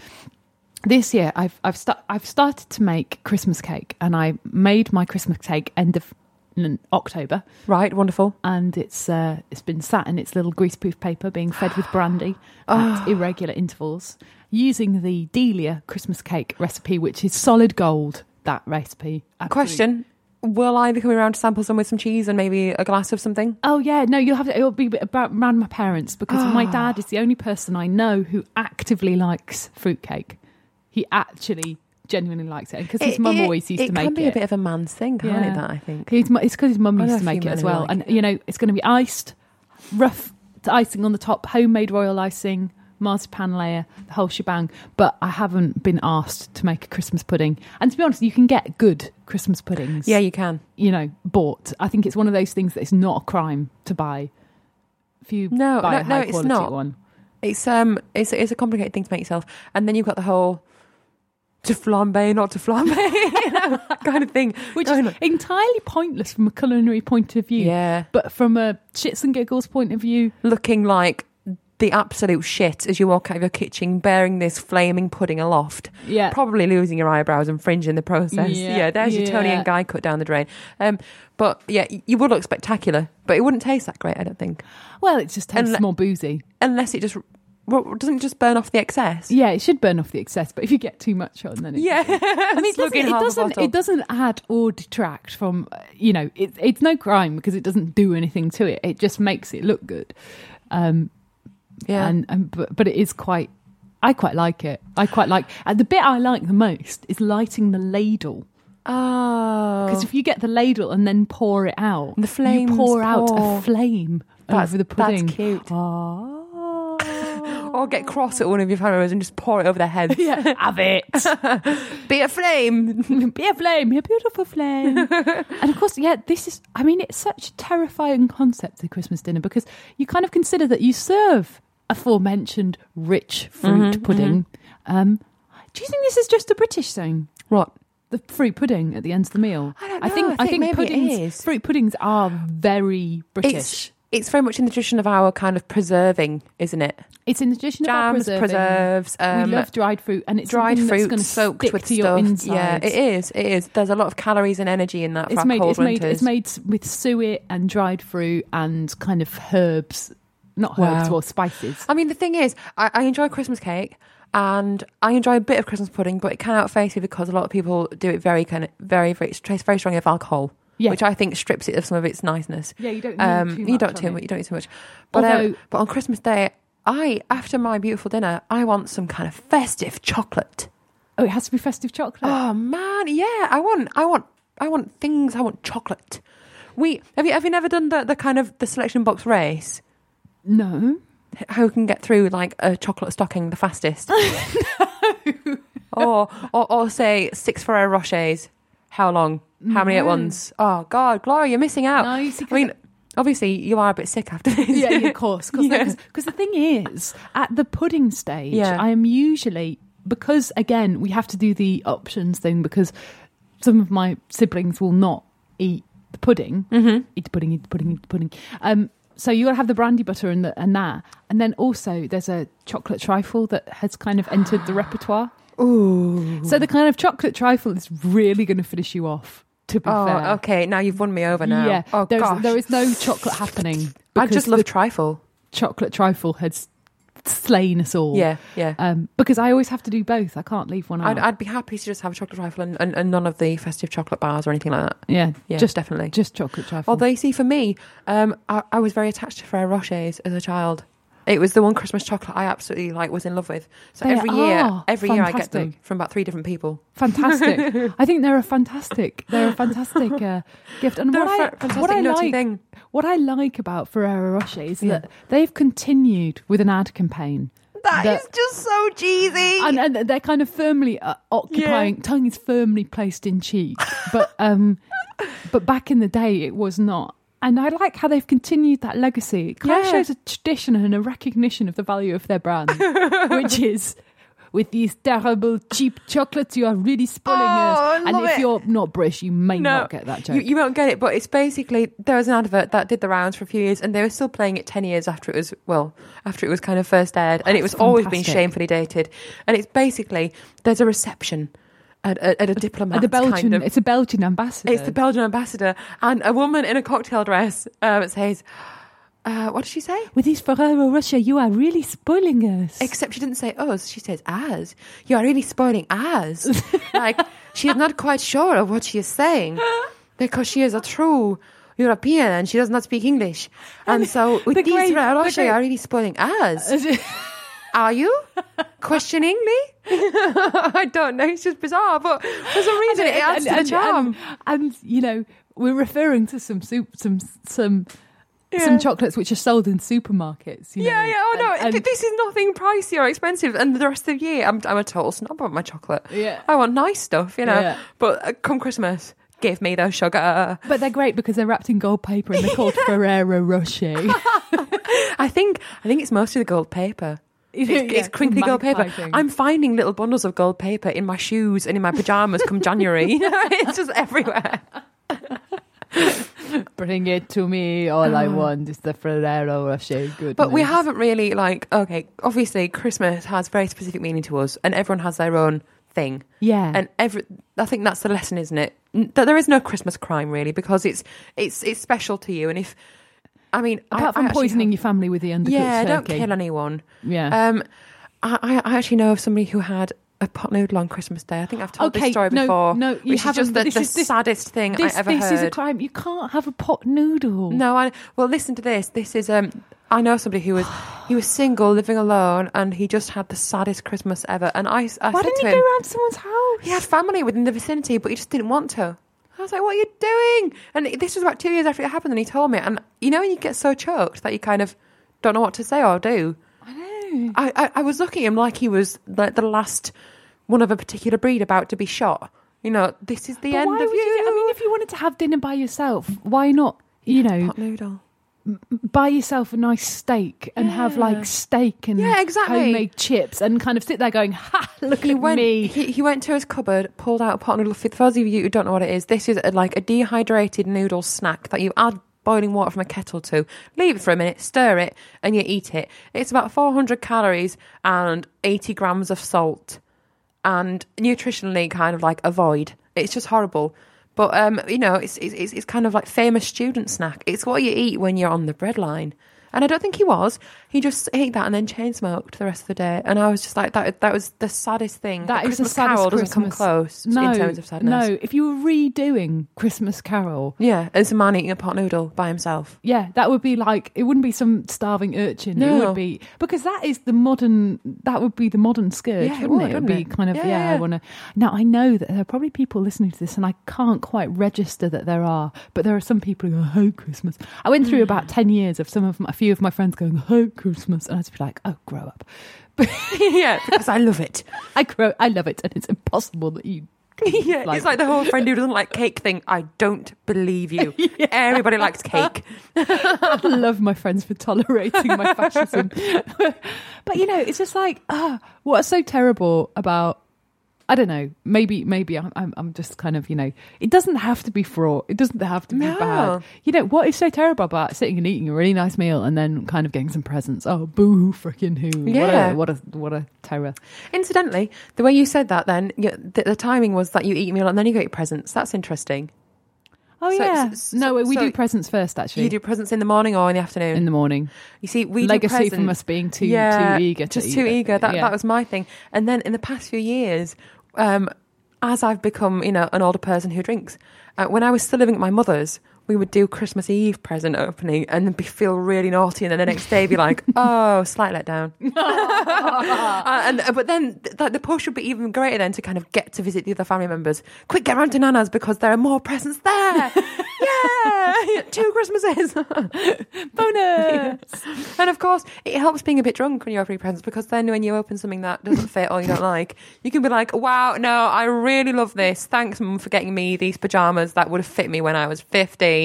B: this year I've I've sta- I've started to make Christmas cake, and I made my Christmas cake end of n- October,
A: Right, wonderful.
B: and it's uh, it's been sat in its little greaseproof paper, being fed with brandy at irregular intervals, using the Delia Christmas cake recipe, which is solid gold. That recipe. Absolute-
A: Question: Will I be coming around to sample some with some cheese and maybe a glass of something?
B: Oh yeah, no, you'll have to, it'll be about around my parents because my
A: Ah.
B: dad is the only person I know who actively likes fruitcake. He actually genuinely likes it because his
A: It-
B: mum
A: it-
B: always used
A: it
B: to make
A: can be
B: it.
A: a bit of a man's thing, can't
B: Yeah.
A: it? That I think.
B: His mu- it's because his mum
A: I know
B: used
A: a
B: to make
A: few
B: it as
A: men who
B: well,
A: like
B: and
A: it.
B: you know it's going to be iced, rough icing on the top, homemade royal icing, marzipan layer, the whole shebang. But I haven't been asked to make a Christmas pudding, and to be honest, you can get good Christmas puddings
A: Yeah, you can.
B: you know, bought. I think it's one of those things that it's not a crime to buy. If you
A: No,
B: buy
A: no,
B: a
A: no,
B: high
A: it's
B: quality
A: not.
B: one,
A: It's um, it's it's a complicated thing to make yourself, and then you've got the whole to flambe, not to flambe, you know, kind of thing.
B: which
A: Going
B: is
A: on.
B: entirely pointless from a culinary point of view,
A: yeah,
B: but from a shits and giggles point of view,
A: looking like the absolute shit as you walk out of your kitchen bearing this flaming pudding aloft.
B: yeah,
A: Probably losing your eyebrows and fringe in the process.
B: Uh, Yeah,
A: Yeah, there's your Tony
B: yeah.
A: and Guy cut down the drain. Um, but yeah, y- you would look spectacular, but it wouldn't taste that great, I don't think,
B: well, it just tastes
A: Unle-
B: more boozy.
A: unless it just well, doesn't it just burn off the excess.
B: Yeah, it should burn off the excess, but if you get too much on, then it
A: Yeah,
B: I mean, it doesn't, it, doesn't, it doesn't add or detract from, uh, you know, it, it's no crime because it doesn't do anything to it. It just makes it look good. Um,
A: Yeah.
B: And, and but, but it is quite, I quite like it. I quite like, and the bit I like the most is lighting the ladle.
A: Oh,
B: Because if you get the ladle and then pour it out,
A: The flames
B: you pour out a
A: pour.
B: flame
A: That's-
B: over the pudding.
A: That's cute.
B: Oh.
A: Or get cross at one of your families and just pour it over their heads.
B: Yeah, have it.
A: Be a flame.
B: be a flame, be a beautiful flame. and of course, yeah, this is, I mean, it's such a terrifying concept, the Christmas dinner, because you kind of consider that you serve aforementioned rich fruit
A: Mm-hmm,
B: pudding. Um, do you think this is just a British thing?
A: What?
B: The fruit pudding at the end of the meal.
A: I don't
B: I
A: know,
B: think
A: I think maybe it
B: puddings,
A: is.
B: fruit puddings are very British.
A: It's it's very much in the tradition of our kind of preserving, isn't it?
B: It's in the tradition
A: Jams,
B: of our preserving.
A: preserves, um,
B: we love dried fruit, and it's
A: dried
B: something that's
A: fruit
B: going to
A: soaked
B: stick
A: with
B: to your
A: stuff.
B: insides.
A: Yeah, it is. It is. There's a lot of calories and energy in that. For
B: it's
A: our
B: made
A: cold
B: it's made
A: winters.
B: it's made s- with suet and dried fruit and kind of herbs not herbs
A: Wow. Uh,
B: or spices
A: I mean, the thing is, I, I enjoy Christmas cake and I enjoy a bit of Christmas pudding, but it can outface me because a lot of people do it very kind of very very it tastes very strongly of alcohol,
B: Yeah.
A: which I think strips it of some of its niceness.
B: yeah you don't
A: Um, you don't too much. You don't eat too much. But
B: Although-
A: um, but on Christmas Day, I after my beautiful dinner, I want some kind of festive chocolate.
B: oh it has to be festive chocolate
A: Oh man, yeah, I want, I want, I want things. I want chocolate. We have you have you never done the the kind of the selection box race?
B: no
A: Who can get through like a chocolate stocking the fastest? or, or or say six Ferrero Rochers. How long? How many at
B: No.
A: once? Oh God, Gloria, you're missing out.
B: no you see,
A: Oh. I mean, obviously you are a bit sick after this.
B: yeah, yeah, of course. Because
A: Yeah.
B: the thing is, at the pudding stage,
A: Yeah.
B: I am usually because again we have to do the options thing because some of my siblings will not eat the pudding,
A: Mm-hmm.
B: eat the pudding, eat the pudding, eat the pudding. Um, so you got to have the brandy butter and the, and that, and then also there's a chocolate trifle that has kind of entered the repertoire.
A: Ooh.
B: So the kind of chocolate trifle is really going to finish you off. To be
A: Oh,
B: fair,
A: okay. Now you've won me over. Now.
B: yeah,
A: Oh
B: there is-
A: gosh.
B: there is no chocolate happening.
A: I
B: because
A: just love trifle.
B: chocolate trifle had s- slain us all.
A: Yeah, yeah.
B: Um, because I always have to do both. I can't leave one out.
A: I'd, I'd be happy to just have a chocolate trifle and, and, and none of the festive chocolate bars or anything like that.
B: yeah,
A: Yeah,
B: Just
A: definitely.
B: just chocolate trifle.
A: Although you see, for me, um, I, I was very attached to Ferrero Rochers as a child. It was the one Christmas chocolate I absolutely like was in love with. So
B: They
A: every year,
B: are
A: every year I get them
B: fantastic.
A: from about three different people.
B: fantastic. I think they're a fantastic. They're a fantastic uh, gift. And
A: They're
B: what
A: a
B: I
A: fa- fantastic
B: what I
A: naughty
B: like
A: thing.
B: what I like about Ferrero Rocher is
A: Yeah.
B: that they've continued with an ad campaign. That-
A: is just so cheesy.
B: and, and they're kind of firmly uh, occupying tongue is firmly placed in cheek but um but back in the day it was not And I like how they've continued that legacy. It kind
A: Yeah.
B: of shows a tradition and a recognition of the value of their brand, which is with these terrible cheap chocolates, you are really spoiling
A: Oh, I
B: us. And
A: love
B: if
A: it.
B: you're not British, you may
A: No,
B: not get that joke.
A: You, you won't get it, but it's basically there was an advert that did the rounds for a few years, and they were still playing it ten years after it was well after it was kind of first aired, and it was
B: That's
A: always been
B: fantastic.
A: shamefully dated. And it's basically there's a reception at, at, at a diplomat,
B: And the Belgian,
A: kind of.
B: it's a Belgian ambassador.
A: It's the Belgian ambassador, and a woman in a cocktail dress um, says, uh, "What did she say?"
B: with these Ferrero Russia, you are really spoiling us.
A: Except she didn't say us. She says "as." You are really spoiling "as." like she is not quite sure of what she is saying because she is a true European and she does not speak English. And so with
B: the
A: these
B: great- the
A: Russia,
B: great-
A: you are really spoiling "as." Are you questioning me? I don't know. It's just bizarre, but there's a reason it adds to the charm.
B: And, and, you know, we're referring to some soup, some some
A: Yeah.
B: some chocolates which are sold in supermarkets. You
A: Yeah,
B: know,
A: yeah. Oh no,
B: and-
A: th- this is nothing pricey or expensive. And the rest of the year, I'm, I'm a total snob about my chocolate.
B: Yeah.
A: I want nice stuff, you know.
B: Yeah.
A: But uh, come Christmas, give me the sugar.
B: and- but they're great because they're wrapped in gold paper and they're called Ferrero Rocher.
A: I think I think it's mostly the gold paper. It's, it's crinkly gold paper. I'm finding little bundles of gold paper in my shoes and in my pajamas come January. it's just everywhere.
B: bring it to me. All I want is the Ferrero Rocher. Good,
A: But we haven't really like okay. Obviously, Christmas has very specific meaning to us, and everyone has their own thing.
B: yeah,
A: and every I think that's the lesson, isn't it? N- That there is no Christmas crime really because it's it's it's special to you. And if I mean, I-
B: apart
A: I
B: from
A: actually
B: poisoning
A: have-
B: your family with the undercooked
A: yeah, don't
B: turkey.
A: kill anyone.
B: yeah.
A: Um, I I I actually know of somebody who had a pot noodle on Christmas Day. I think I've told
B: Okay,
A: this story
B: no,
A: before.
B: no, you
A: which is
B: haven't,
A: just the,
B: but this
A: the
B: is- this-
A: saddest thing
B: this
A: I ever
B: this
A: heard.
B: is a crime. You can't have a pot noodle.
A: No, I well listen to this. This is um I know somebody who was he was single, living alone, and he just had the saddest Christmas ever. And I, s- I
B: Why
A: said
B: didn't
A: to
B: you
A: him,
B: go around to someone's house?
A: He had family within the vicinity, but he just didn't want to. I was like, what are you doing? And this was about two years after it happened, and he told me. And you know, when you get so choked that you kind of don't know what to say or do.
B: I know.
A: I, I, I was looking at him like he was like the last one of a particular breed about to be shot. You know, this is the
B: But
A: end
B: why
A: of
B: would do- I
A: you.
B: mean, if you wanted to have dinner by yourself, why not? You know,
A: Pot noodle.
B: buy yourself a nice steak and have like steak and
A: Yeah, exactly.
B: homemade chips and kind of sit there going, "Ha! Look
A: He
B: at
A: went.
B: me."
A: He, he went to his cupboard, pulled out a pot noodle. For those of you who don't know what it is, this is a, like a dehydrated noodle snack that you add boiling water from a kettle to. Leave it for a minute, stir it, and you eat it. It's about 400 calories and 80 grams of salt, and nutritionally kind of like avoid. It's just horrible. But um, you know, it's, it's it's- it's kind of like famous student snack. It's what you eat when you're on the breadline. And I don't think he was. He just ate that and then chain smoked the rest of the day. And I was just like, that that was the saddest thing.
B: That
A: A
B: is the
A: Christmas
B: saddest
A: Carol doesn't come
B: Christmas.
A: close
B: No,
A: in terms of sadness.
B: no. If you were redoing Christmas Carol,
A: Yeah, it's a man eating a pot noodle by himself.
B: yeah, that would be like it wouldn't be some starving urchin. It
A: No.
B: would be because that is the modern. That would be the modern scourge,
A: Yeah, it
B: wouldn't
A: would,
B: it? It would
A: wouldn't
B: be
A: it?
B: kind of
A: Yeah,
B: yeah.
A: yeah, yeah.
B: I want to. Now I know that there are probably people listening to this, and I can't quite register that there are, but there are some people who go, "Oh Christmas." I went through about ten years of some of my, a few of my friends going, "Oh Christmas," and I'd be like, "Oh, grow up." But
A: yeah, because I love it.
B: I grow. I love it, and it's impossible that you.
A: yeah,
B: like-
A: it's like the whole friend who doesn't like cake thing. I don't believe you. Everybody likes cake.
B: I love my friends for tolerating my fascism. but you know, it's just like, ah, what's so terrible about I don't know. Maybe, maybe I'm, I'm, I'm just kind of, you know, it doesn't have to be fraught. It doesn't have to be
A: No.
B: bad. You know, what is so terrible about sitting and eating a really nice meal and then kind of getting some presents? Oh, boo, freaking who?
A: Yeah.
B: What a, what a, what a terror.
A: Incidentally, the way you said that, then you, the, the timing was that you eat your meal and then you get your presents. That's interesting.
B: Oh
A: So-
B: yeah.
A: so-
B: no, we
A: so-
B: do presents first, actually,
A: You do presents in the morning or in the afternoon.
B: in the morning.
A: you see, we do
B: Legacy
A: presents.
B: from us being too, too eager, to
A: just
B: eat
A: too
B: it.
A: eager. That
B: Yeah.
A: that was my thing. And then in the past few years, um, as I've become you know an older person who drinks, uh, when I was still living at my mother's. We would do Christmas Eve present opening and then be, feel really naughty, and then the next day be like, "Oh, slight letdown." Uh, and uh, but then th- that the push would be even greater then to kind of get to visit the other family members. Quick, get round to Nana's because there are more presents there. yeah, yeah, two Christmases.
B: Bonus.
A: and of course, it helps being a bit drunk when you're opening presents because then when you open something that doesn't fit or you don't like, you can be like, wow, no, I really love this. Thanks, Mum, for getting me these pajamas that would have fit me when I was 15.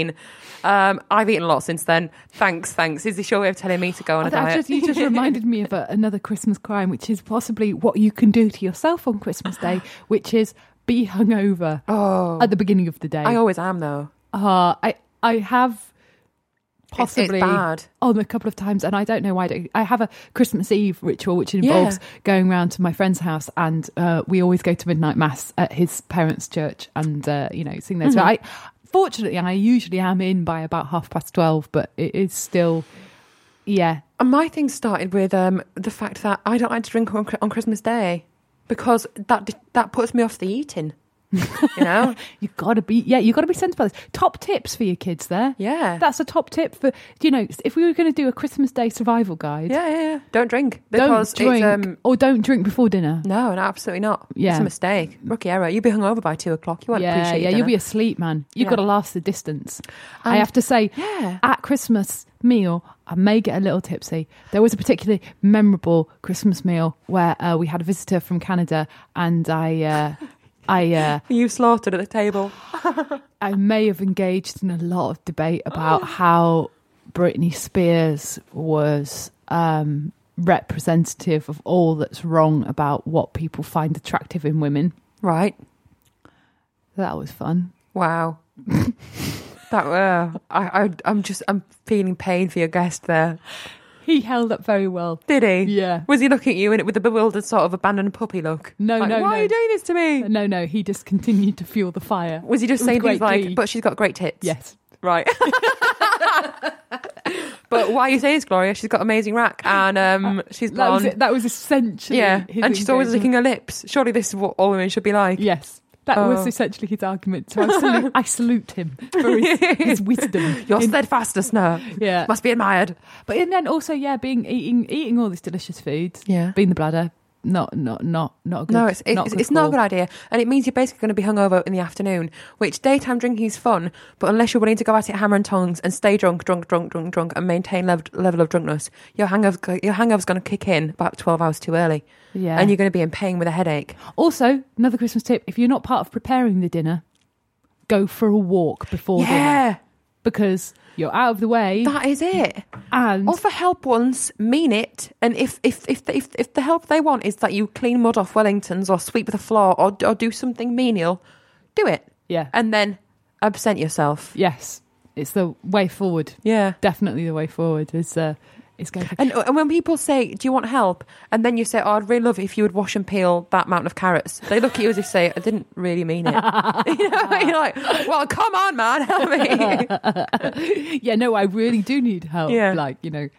A: Um, I've eaten a lot since then. Thanks, thanks. Is this your way of telling me to go on a
B: Oh, That- I've
A: diet?
B: just- you just reminded me of a, another Christmas crime, which is possibly what you can do to yourself on Christmas Day, which is be hungover
A: oh,
B: at the beginning of the day.
A: I always am, though.
B: Uh, I I have
A: It's-
B: possibly
A: it's bad.
B: on a couple of times, and I don't know why. I, don't, I have a Christmas Eve ritual which involves going round to my friend's house, and uh, we always go to midnight mass at his parents' church, and uh, you know sing those. But
A: Mm-hmm.
B: I fortunately I usually am in by about half past twelve, but it is still yeah.
A: And my thing started with um, the fact that I don't like to drink on, on Christmas Day because that that puts me off the eating. You know?
B: You gotta be yeah. You gotta be sensible. about this. Top tips for your kids there.
A: yeah.
B: That's a top tip for you know if we were going to do a Christmas Day survival guide.
A: yeah, yeah, yeah. Don't drink because
B: don't drink
A: it's um, Mm,
B: or don't drink before dinner.
A: no, no, absolutely not.
B: Yeah.
A: It's a mistake. Rookie error. You'll be hungover by two o'clock. You won't
B: yeah,
A: appreciate
B: yeah,
A: dinner.
B: you'll be asleep, man. You've
A: Yeah.
B: got to last the distance. I
A: And-
B: have to say,
A: Yeah.
B: at Christmas meal, I may get a little tipsy. There was a particularly memorable Christmas meal where uh, we had a visitor from Canada, and I, uh, I, uh,
A: You slaughtered at the table.
B: I may have engaged in a lot of debate
A: Oh.
B: about how Britney Spears was um, representative of all that's wrong about what people find attractive in women.
A: Right.
B: That was fun.
A: Wow. that uh, I, I I'm just I'm feeling pain for your guest there.
B: He held up very well.
A: Did he?
B: Yeah.
A: Was he looking at you in it with a bewildered sort of abandoned puppy look?
B: No,
A: Like,
B: no,
A: Why
B: no.
A: are you doing this to me?
B: No, no, he just continued to fuel the fire.
A: Was he just
B: With
A: saying
B: great
A: things like,
B: glee.
A: but she's got great tits?
B: Yes.
A: Right. but why are you saying this, Gloria? She's got amazing rack and um, she's
B: Uh, That was,
A: blonde.
B: it. that was essentially
A: Yeah.
B: his
A: and she's always licking
B: engagement.
A: her lips. Surely this is what all women should be like.
B: Yes. That was
A: Oh.
B: essentially his argument. So I salute, I salute him for his, his wisdom.
A: Your
B: in- Uh,
A: steadfastness now
B: yeah.
A: must be admired.
B: But and then also, yeah, being eating eating all this delicious food,
A: Yeah.
B: being the bladder, not not not not a good.
A: No, it's it's,
B: not
A: it's not a
B: call.
A: good idea, and it means you're basically going to be hungover in the afternoon. Which daytime drinking is fun, but unless you're willing to go at it hammer and tongs and stay drunk, drunk, drunk, drunk, drunk, and maintain level, level of drunkenness, your hangover your hangover's going to kick in about twelve hours too early,
B: Yeah.
A: and you're going to be in pain with a headache.
B: also another Christmas tip: if you're not part of preparing the dinner, go for a walk before dinner
A: yeah,
B: because you're out of the way
A: that is it.
B: and
A: Offer help once, mean it, and if if if if, if the help they want is that you clean mud off Wellingtons or sweep the floor or or do something menial, do it,
B: yeah,
A: and then absent yourself.
B: yes, it's the way forward.
A: Yeah.
B: definitely the way forward is uh, is going. For-
A: And, and when people say, "Do you want help?" and then you say, "Oh, I'd really love it if you would wash and peel that mountain of carrots," they look at you as if say, "I didn't really mean it." you know, you're like, "Well, come on, man, help me." "Oh,
B: yeah, no, I really do need help.
A: Yeah.
B: like you know,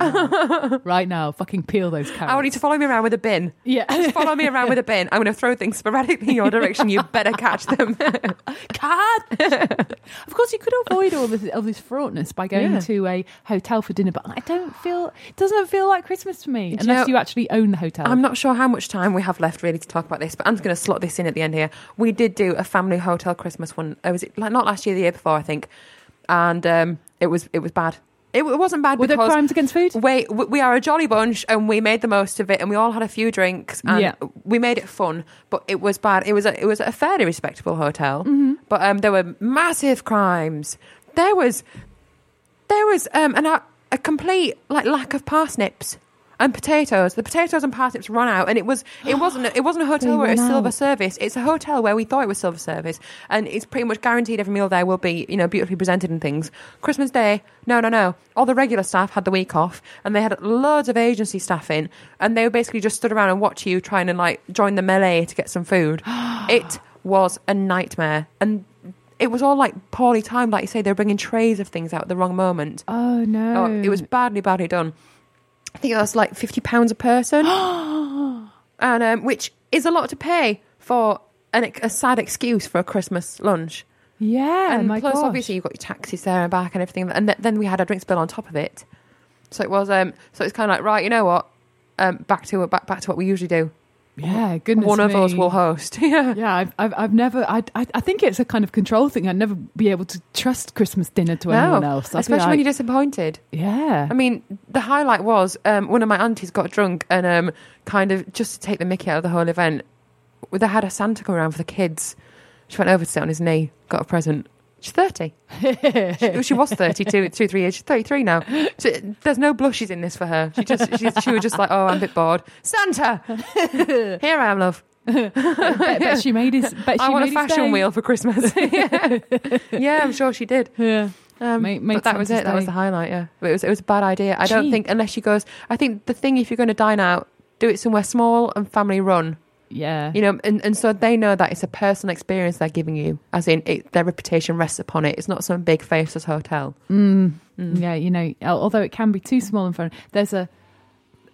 B: now, right now, fucking peel those carrots.
A: I want you to follow me around with a bin.
B: yeah,
A: Follow me around with a bin. I'm going to throw things sporadically in your direction. You better catch them.
B: card. of course, you could avoid all this all this fraughtness by going
A: Yeah.
B: to a hotel for dinner, but I don't feel it doesn't feel like Christmas to me
A: you
B: unless
A: know-
B: you actually own the hotel.
A: I'm not sure how much time we have left really to talk about this, but I'm just going to slot this in at the end here. We did do a family hotel Christmas one. Uh, was it like not last year, the year before, I think, and um, it was it was bad. It, it wasn't bad
B: Were there
A: because
B: crimes against food?
A: Wait, we we are a jolly bunch, and we made the most of it, and we all had a few drinks, and
B: Yeah.
A: we made it fun. But it was bad. It was a, it was a fairly respectable hotel, but um, there were massive crimes. There was there was um, an, out- a complete like lack of parsnips and potatoes. The potatoes and parsnips ran out, and it was it wasn't it wasn't a
B: They
A: hotel where it was
B: ran
A: silver
B: out.
A: service. It's a hotel where we thought it was silver service, and it's pretty much guaranteed every meal there will be you know beautifully presented and things. Christmas Day, no, no, no. All the regular staff had the week off, and they had loads of agency staff in, and they basically just stood around and watched you trying to like join the melee to get some food. it was a nightmare, and. It was all like poorly timed, like you say. They were bringing trays of things out at the wrong moment.
B: Oh no!
A: Oh, it was badly, badly done. I think that's like fifty pounds a person, and um, which is a lot to pay for an, ex- a sad excuse for a Christmas lunch.
B: yeah.
A: and
B: my
A: plus,
B: gosh.
A: obviously, you've got your taxis there and back and everything, and th- then we had a drinks bill on top of it. So it was, um, so it's kind of like right, you know what? Um, back to back, back to what we usually do.
B: Yeah, goodness.
A: One of
B: me.
A: us will host. Yeah.
B: Yeah, I've, I've, I've never. I, I, I think it's a kind of control thing. I'd never be able to trust Christmas dinner to anyone else. I'd be
A: especially when
B: like,
A: you're disappointed.
B: Yeah.
A: I mean, the highlight was um, one of my aunties got drunk and um, kind of just to take the mickey out of the whole event, they had a Santa come around for the kids. She went over to sit on his knee, got a present. She's 30. she, she was 32, two, three years. She's 33 now. So, there's no blushes in this for her. She just, she, she was just like, oh, I'm a bit bored. Santa! Here I am, love.
B: bet, bet she made his. Bet she
A: I want
B: made
A: a
B: his
A: fashion
B: day.
A: wheel for Christmas. yeah. Yeah, I'm sure she did.
B: Yeah.
A: Um,
B: Make- make
A: but that was it.
B: Santa's
A: That was
B: day.
A: the highlight. Yeah, but it was it was a bad idea. I don't
B: Cheap.
A: think unless she goes. I think the thing if you're going to dine out, do it somewhere small and family run.
B: Yeah.
A: You know, and, and so they know that it's a personal experience they're giving you, as in it, their reputation rests upon it. It's not some big faceless hotel.
B: Mm.
A: Mm.
B: Yeah, you know, al- although it can be too small and fun. There's a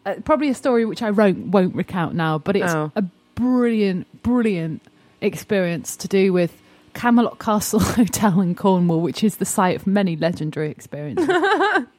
B: uh, probably a story which I won't won't recount now, but it's
A: Oh.
B: a brilliant, brilliant experience to do with Camelot Castle Hotel in Cornwall, which is the site of many legendary experiences.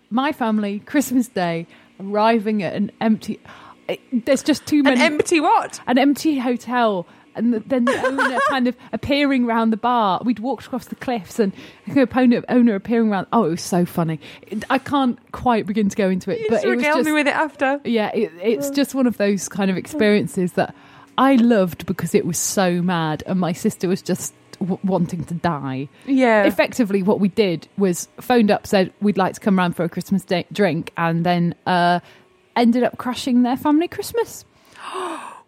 B: My family, Christmas Day, arriving at an empty. It, there's just too
A: An
B: many
A: empty what?
B: an empty hotel and the, then the owner kind of appearing round the bar. We'd walked across the cliffs and the opponent, owner appearing round. Oh, it was so funny. It- I can't quite begin to go into it,
A: You
B: but
A: just
B: it was
A: regaled
B: just,
A: me with it after.
B: yeah, it, it's just one of those kind of experiences that I loved because it was so mad and my sister was just w- wanting to die
A: Yeah.
B: effectively what we did was phoned up said we'd like to come round for a christmas day- drink and then uh ended up crashing their family christmas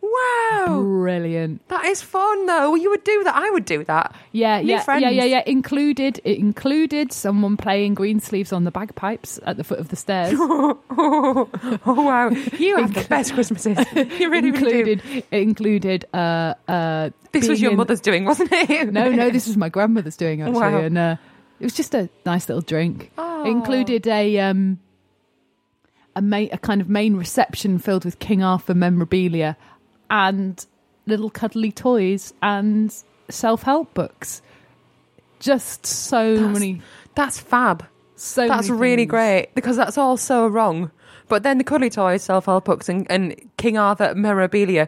A: wow.
B: brilliant
A: That is fun though. Well, you would do that. I would do that.
B: Yeah,
A: New
B: yeah, yeah,
A: friends.
B: yeah, yeah. Included, it included someone playing green sleeves on the bagpipes at the foot of the stairs.
A: oh, wow. You have the best Christmases. You really, really do.
B: included, it included. Uh, uh,
A: This was
B: being
A: your
B: in-
A: mother's doing, wasn't it?
B: No, no, this was my grandmother's doing actually,
A: Wow.
B: and uh, it was just a nice little drink.
A: Oh.
B: It included a um, a, ma- a kind of main reception filled with King Arthur memorabilia and little cuddly toys and self help books. Just so
A: That's-
B: many.
A: That's fab.
B: So
A: That's
B: many
A: really
B: things.
A: great because that's all so wrong. But then the cuddly toys, self help books, and, and King Arthur memorabilia,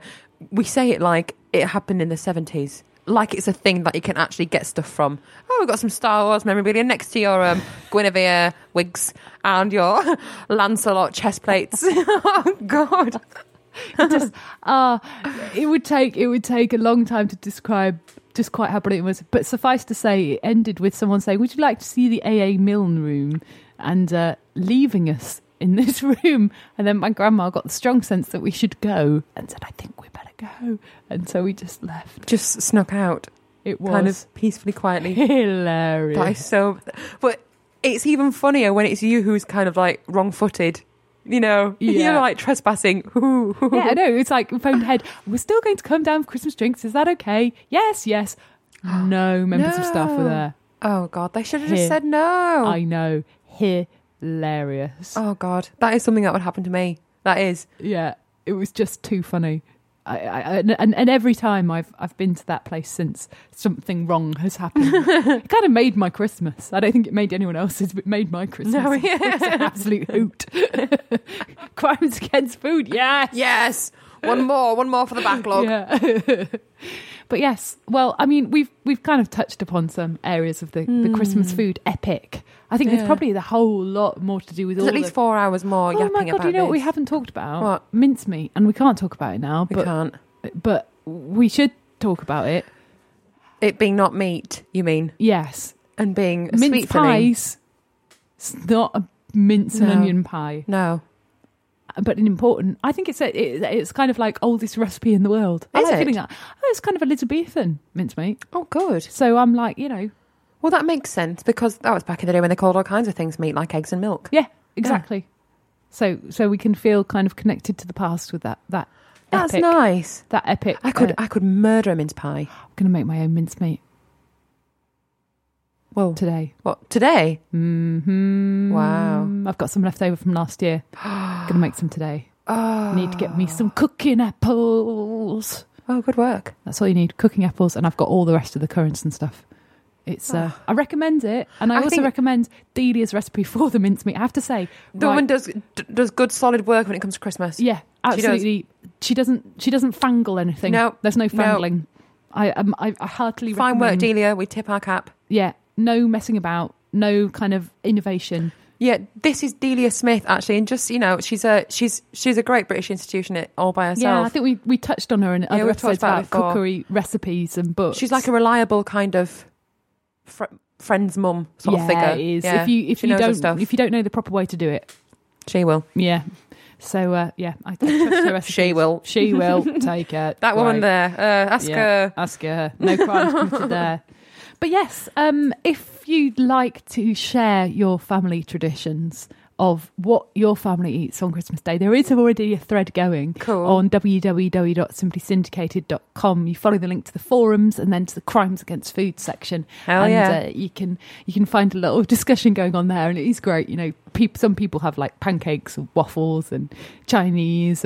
A: we say it like it happened in the 70s. Like it's a thing that you can actually get stuff from. Oh, we've got some Star Wars memorabilia next to your um, Guinevere wigs and your Lancelot chest plates. oh, God.
B: just ah, it would take it would take a long time to describe just quite how brilliant it was. But suffice to say, it ended with someone saying, "Would you like to see the AA Milne room?" and uh, leaving us in this room. And then my grandma got the strong sense that we should go and said, "I think we better go." And so we just left.
A: Just snuck out,
B: It was
A: kind of peacefully, quietly.
B: hilarious.
A: That is so. But it's even funnier when it's you who's kind of like wrong footed. You know,
B: Yeah.
A: you're like trespassing.
B: yeah, I know. It's like we phoned ahead. We're still going to come down for Christmas drinks. Is that okay? Yes, yes. No members of staff were
A: No.
B: there.
A: Oh God, they should have just
B: Here.
A: said no.
B: I know. Hilarious.
A: Oh God, that is something that would happen to me. That is.
B: Yeah, it was just too funny. I, I, I- and, and every time I've I've been to that place since, something wrong has happened. it kind of made my Christmas. I don't think it made anyone else's, but it made my Christmas.
A: No, yeah.
B: It was an absolute hoot. Crimes against food, yes.
A: Yes, one more, one more for the backlog.
B: Yeah. but yes, well, I mean, we've we've kind of touched upon some areas of the, the Christmas food epic. I think
A: Hmm. Yeah.
B: there's probably the whole lot more to do with
A: There's
B: all
A: at least
B: the
A: four hours more
B: Oh
A: yapping
B: my god!
A: about
B: You know what we
A: this.
B: haven't talked about?
A: What?
B: mincemeat, and we can't talk about it now.
A: We
B: but
A: can't.
B: but we should talk about it.
A: It being not meat, you mean,
B: Yes,
A: and being a
B: mince
A: sweet filling.
B: pies. It's not a mince and
A: No.
B: onion pie,
A: No,
B: but an important. I think it's a, it, it's kind of like oldest recipe in the world. I
A: Is
B: like
A: it?
B: feeling that. Oh, it's kind of Elizabethan mincemeat.
A: oh good.
B: So I'm like, you know,
A: Well, that makes sense because that was back in the day when they called all kinds of things meat, like eggs and milk.
B: yeah, exactly. So so we can feel kind of connected to the past with that that.
A: That's
B: epic,
A: nice.
B: That epic.
A: I could
B: uh,
A: I could murder a mince pie.
B: I'm gonna make my own mincemeat
A: Well,
B: today.
A: what today?
B: hmm
A: Wow.
B: I've got some left over from last year. Gonna make some today.
A: Oh,
B: Need to get me some cooking apples.
A: oh, good work.
B: That's all you need, cooking apples, and I've got all the rest of the currants and stuff. It's uh, I recommend it, and I,
A: Ah. I
B: also
A: think-
B: recommend Delia's recipe for the mincemeat. I have to say,
A: The
B: right,
A: woman does d- does good solid work when it comes to Christmas.
B: yeah,
A: does.
B: absolutely she doesn't she doesn't fangle anything.
A: No.
B: there's no
A: No.
B: fangling. I, um, I I heartily
A: Fine work,
B: recommend-
A: Delia. We tip our cap.
B: Yeah, no messing about, no kind of innovation.
A: Yeah, this is Delia Smith actually, and just you know, she's a she's she's a great British institution it- all by
B: Yeah, I
A: herself.
B: think we, we touched on her in other
A: we've talked
B: episodes
A: about
B: about,
A: it before.
B: cookery recipes and books.
A: she's like a reliable kind of fr- friend's mum sort
B: yeah,
A: of figure.
B: It is.
A: Yeah,
B: If you if
A: she
B: you
A: knows her
B: don't
A: stuff.
B: if you don't know the proper way to do it,
A: she will.
B: yeah. So uh, yeah, I I touched her recipes.
A: She will.
B: She will take it.
A: That woman
B: Right.
A: there, uh, ask
B: Yeah,
A: her.
B: Ask her. No crimes committed there. But yes, um, if you'd like to share your family traditions of what your family eats on Christmas Day, there is already a thread going
A: Cool.
B: on www.simplysyndicated.com. You follow the link to the forums and then to the crimes against food section,
A: Hell
B: and
A: yeah.
B: uh, you can you can find a little discussion going on there, and it is great. You know, peop some people have like pancakes and waffles and Chinese,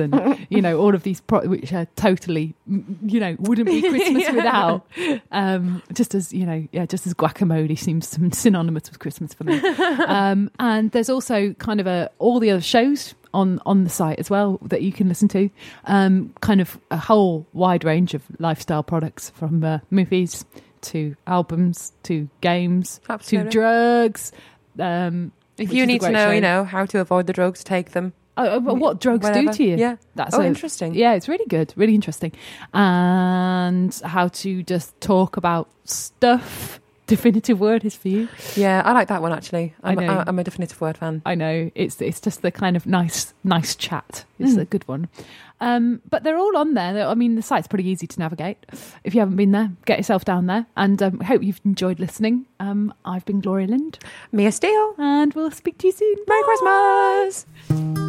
B: and you know all of these pro- which are totally mm, you know wouldn't be Christmas
A: Yeah.
B: without. Um, just as you know, yeah, just as guacamole seems some synonymous with Christmas for me. um, and there's also kind of a all the other shows. On, on the site as well that you can listen to, um, kind of a whole wide range of lifestyle products from uh, movies to albums to games to
A: Absolutely.
B: drugs. Um,
A: if
B: which is
A: you
B: a
A: need to
B: great
A: know,
B: show.
A: you know how to avoid the drugs, take them.
B: Oh, oh, well, what drugs
A: whatever.
B: do to you?
A: Yeah.
B: that's
A: oh,
B: a-
A: interesting.
B: Yeah, it's really good, really interesting, and how to just talk about stuff. Definitive word is for you.
A: Yeah, I like that one actually.
B: I
A: I'm, I
B: know.
A: am a definitive word fan.
B: I know it's it's just the kind of nice nice chat. It's
A: Mm.
B: a good one, um, but they're all on there. They're- I mean, the site's pretty easy to navigate. If you haven't been there, get yourself down there, and um, I hope you've enjoyed listening. Um, I've been Gloria Lind,
A: Mia Steele.
B: and we'll speak to you soon.
A: Merry Christmas.
B: Bye.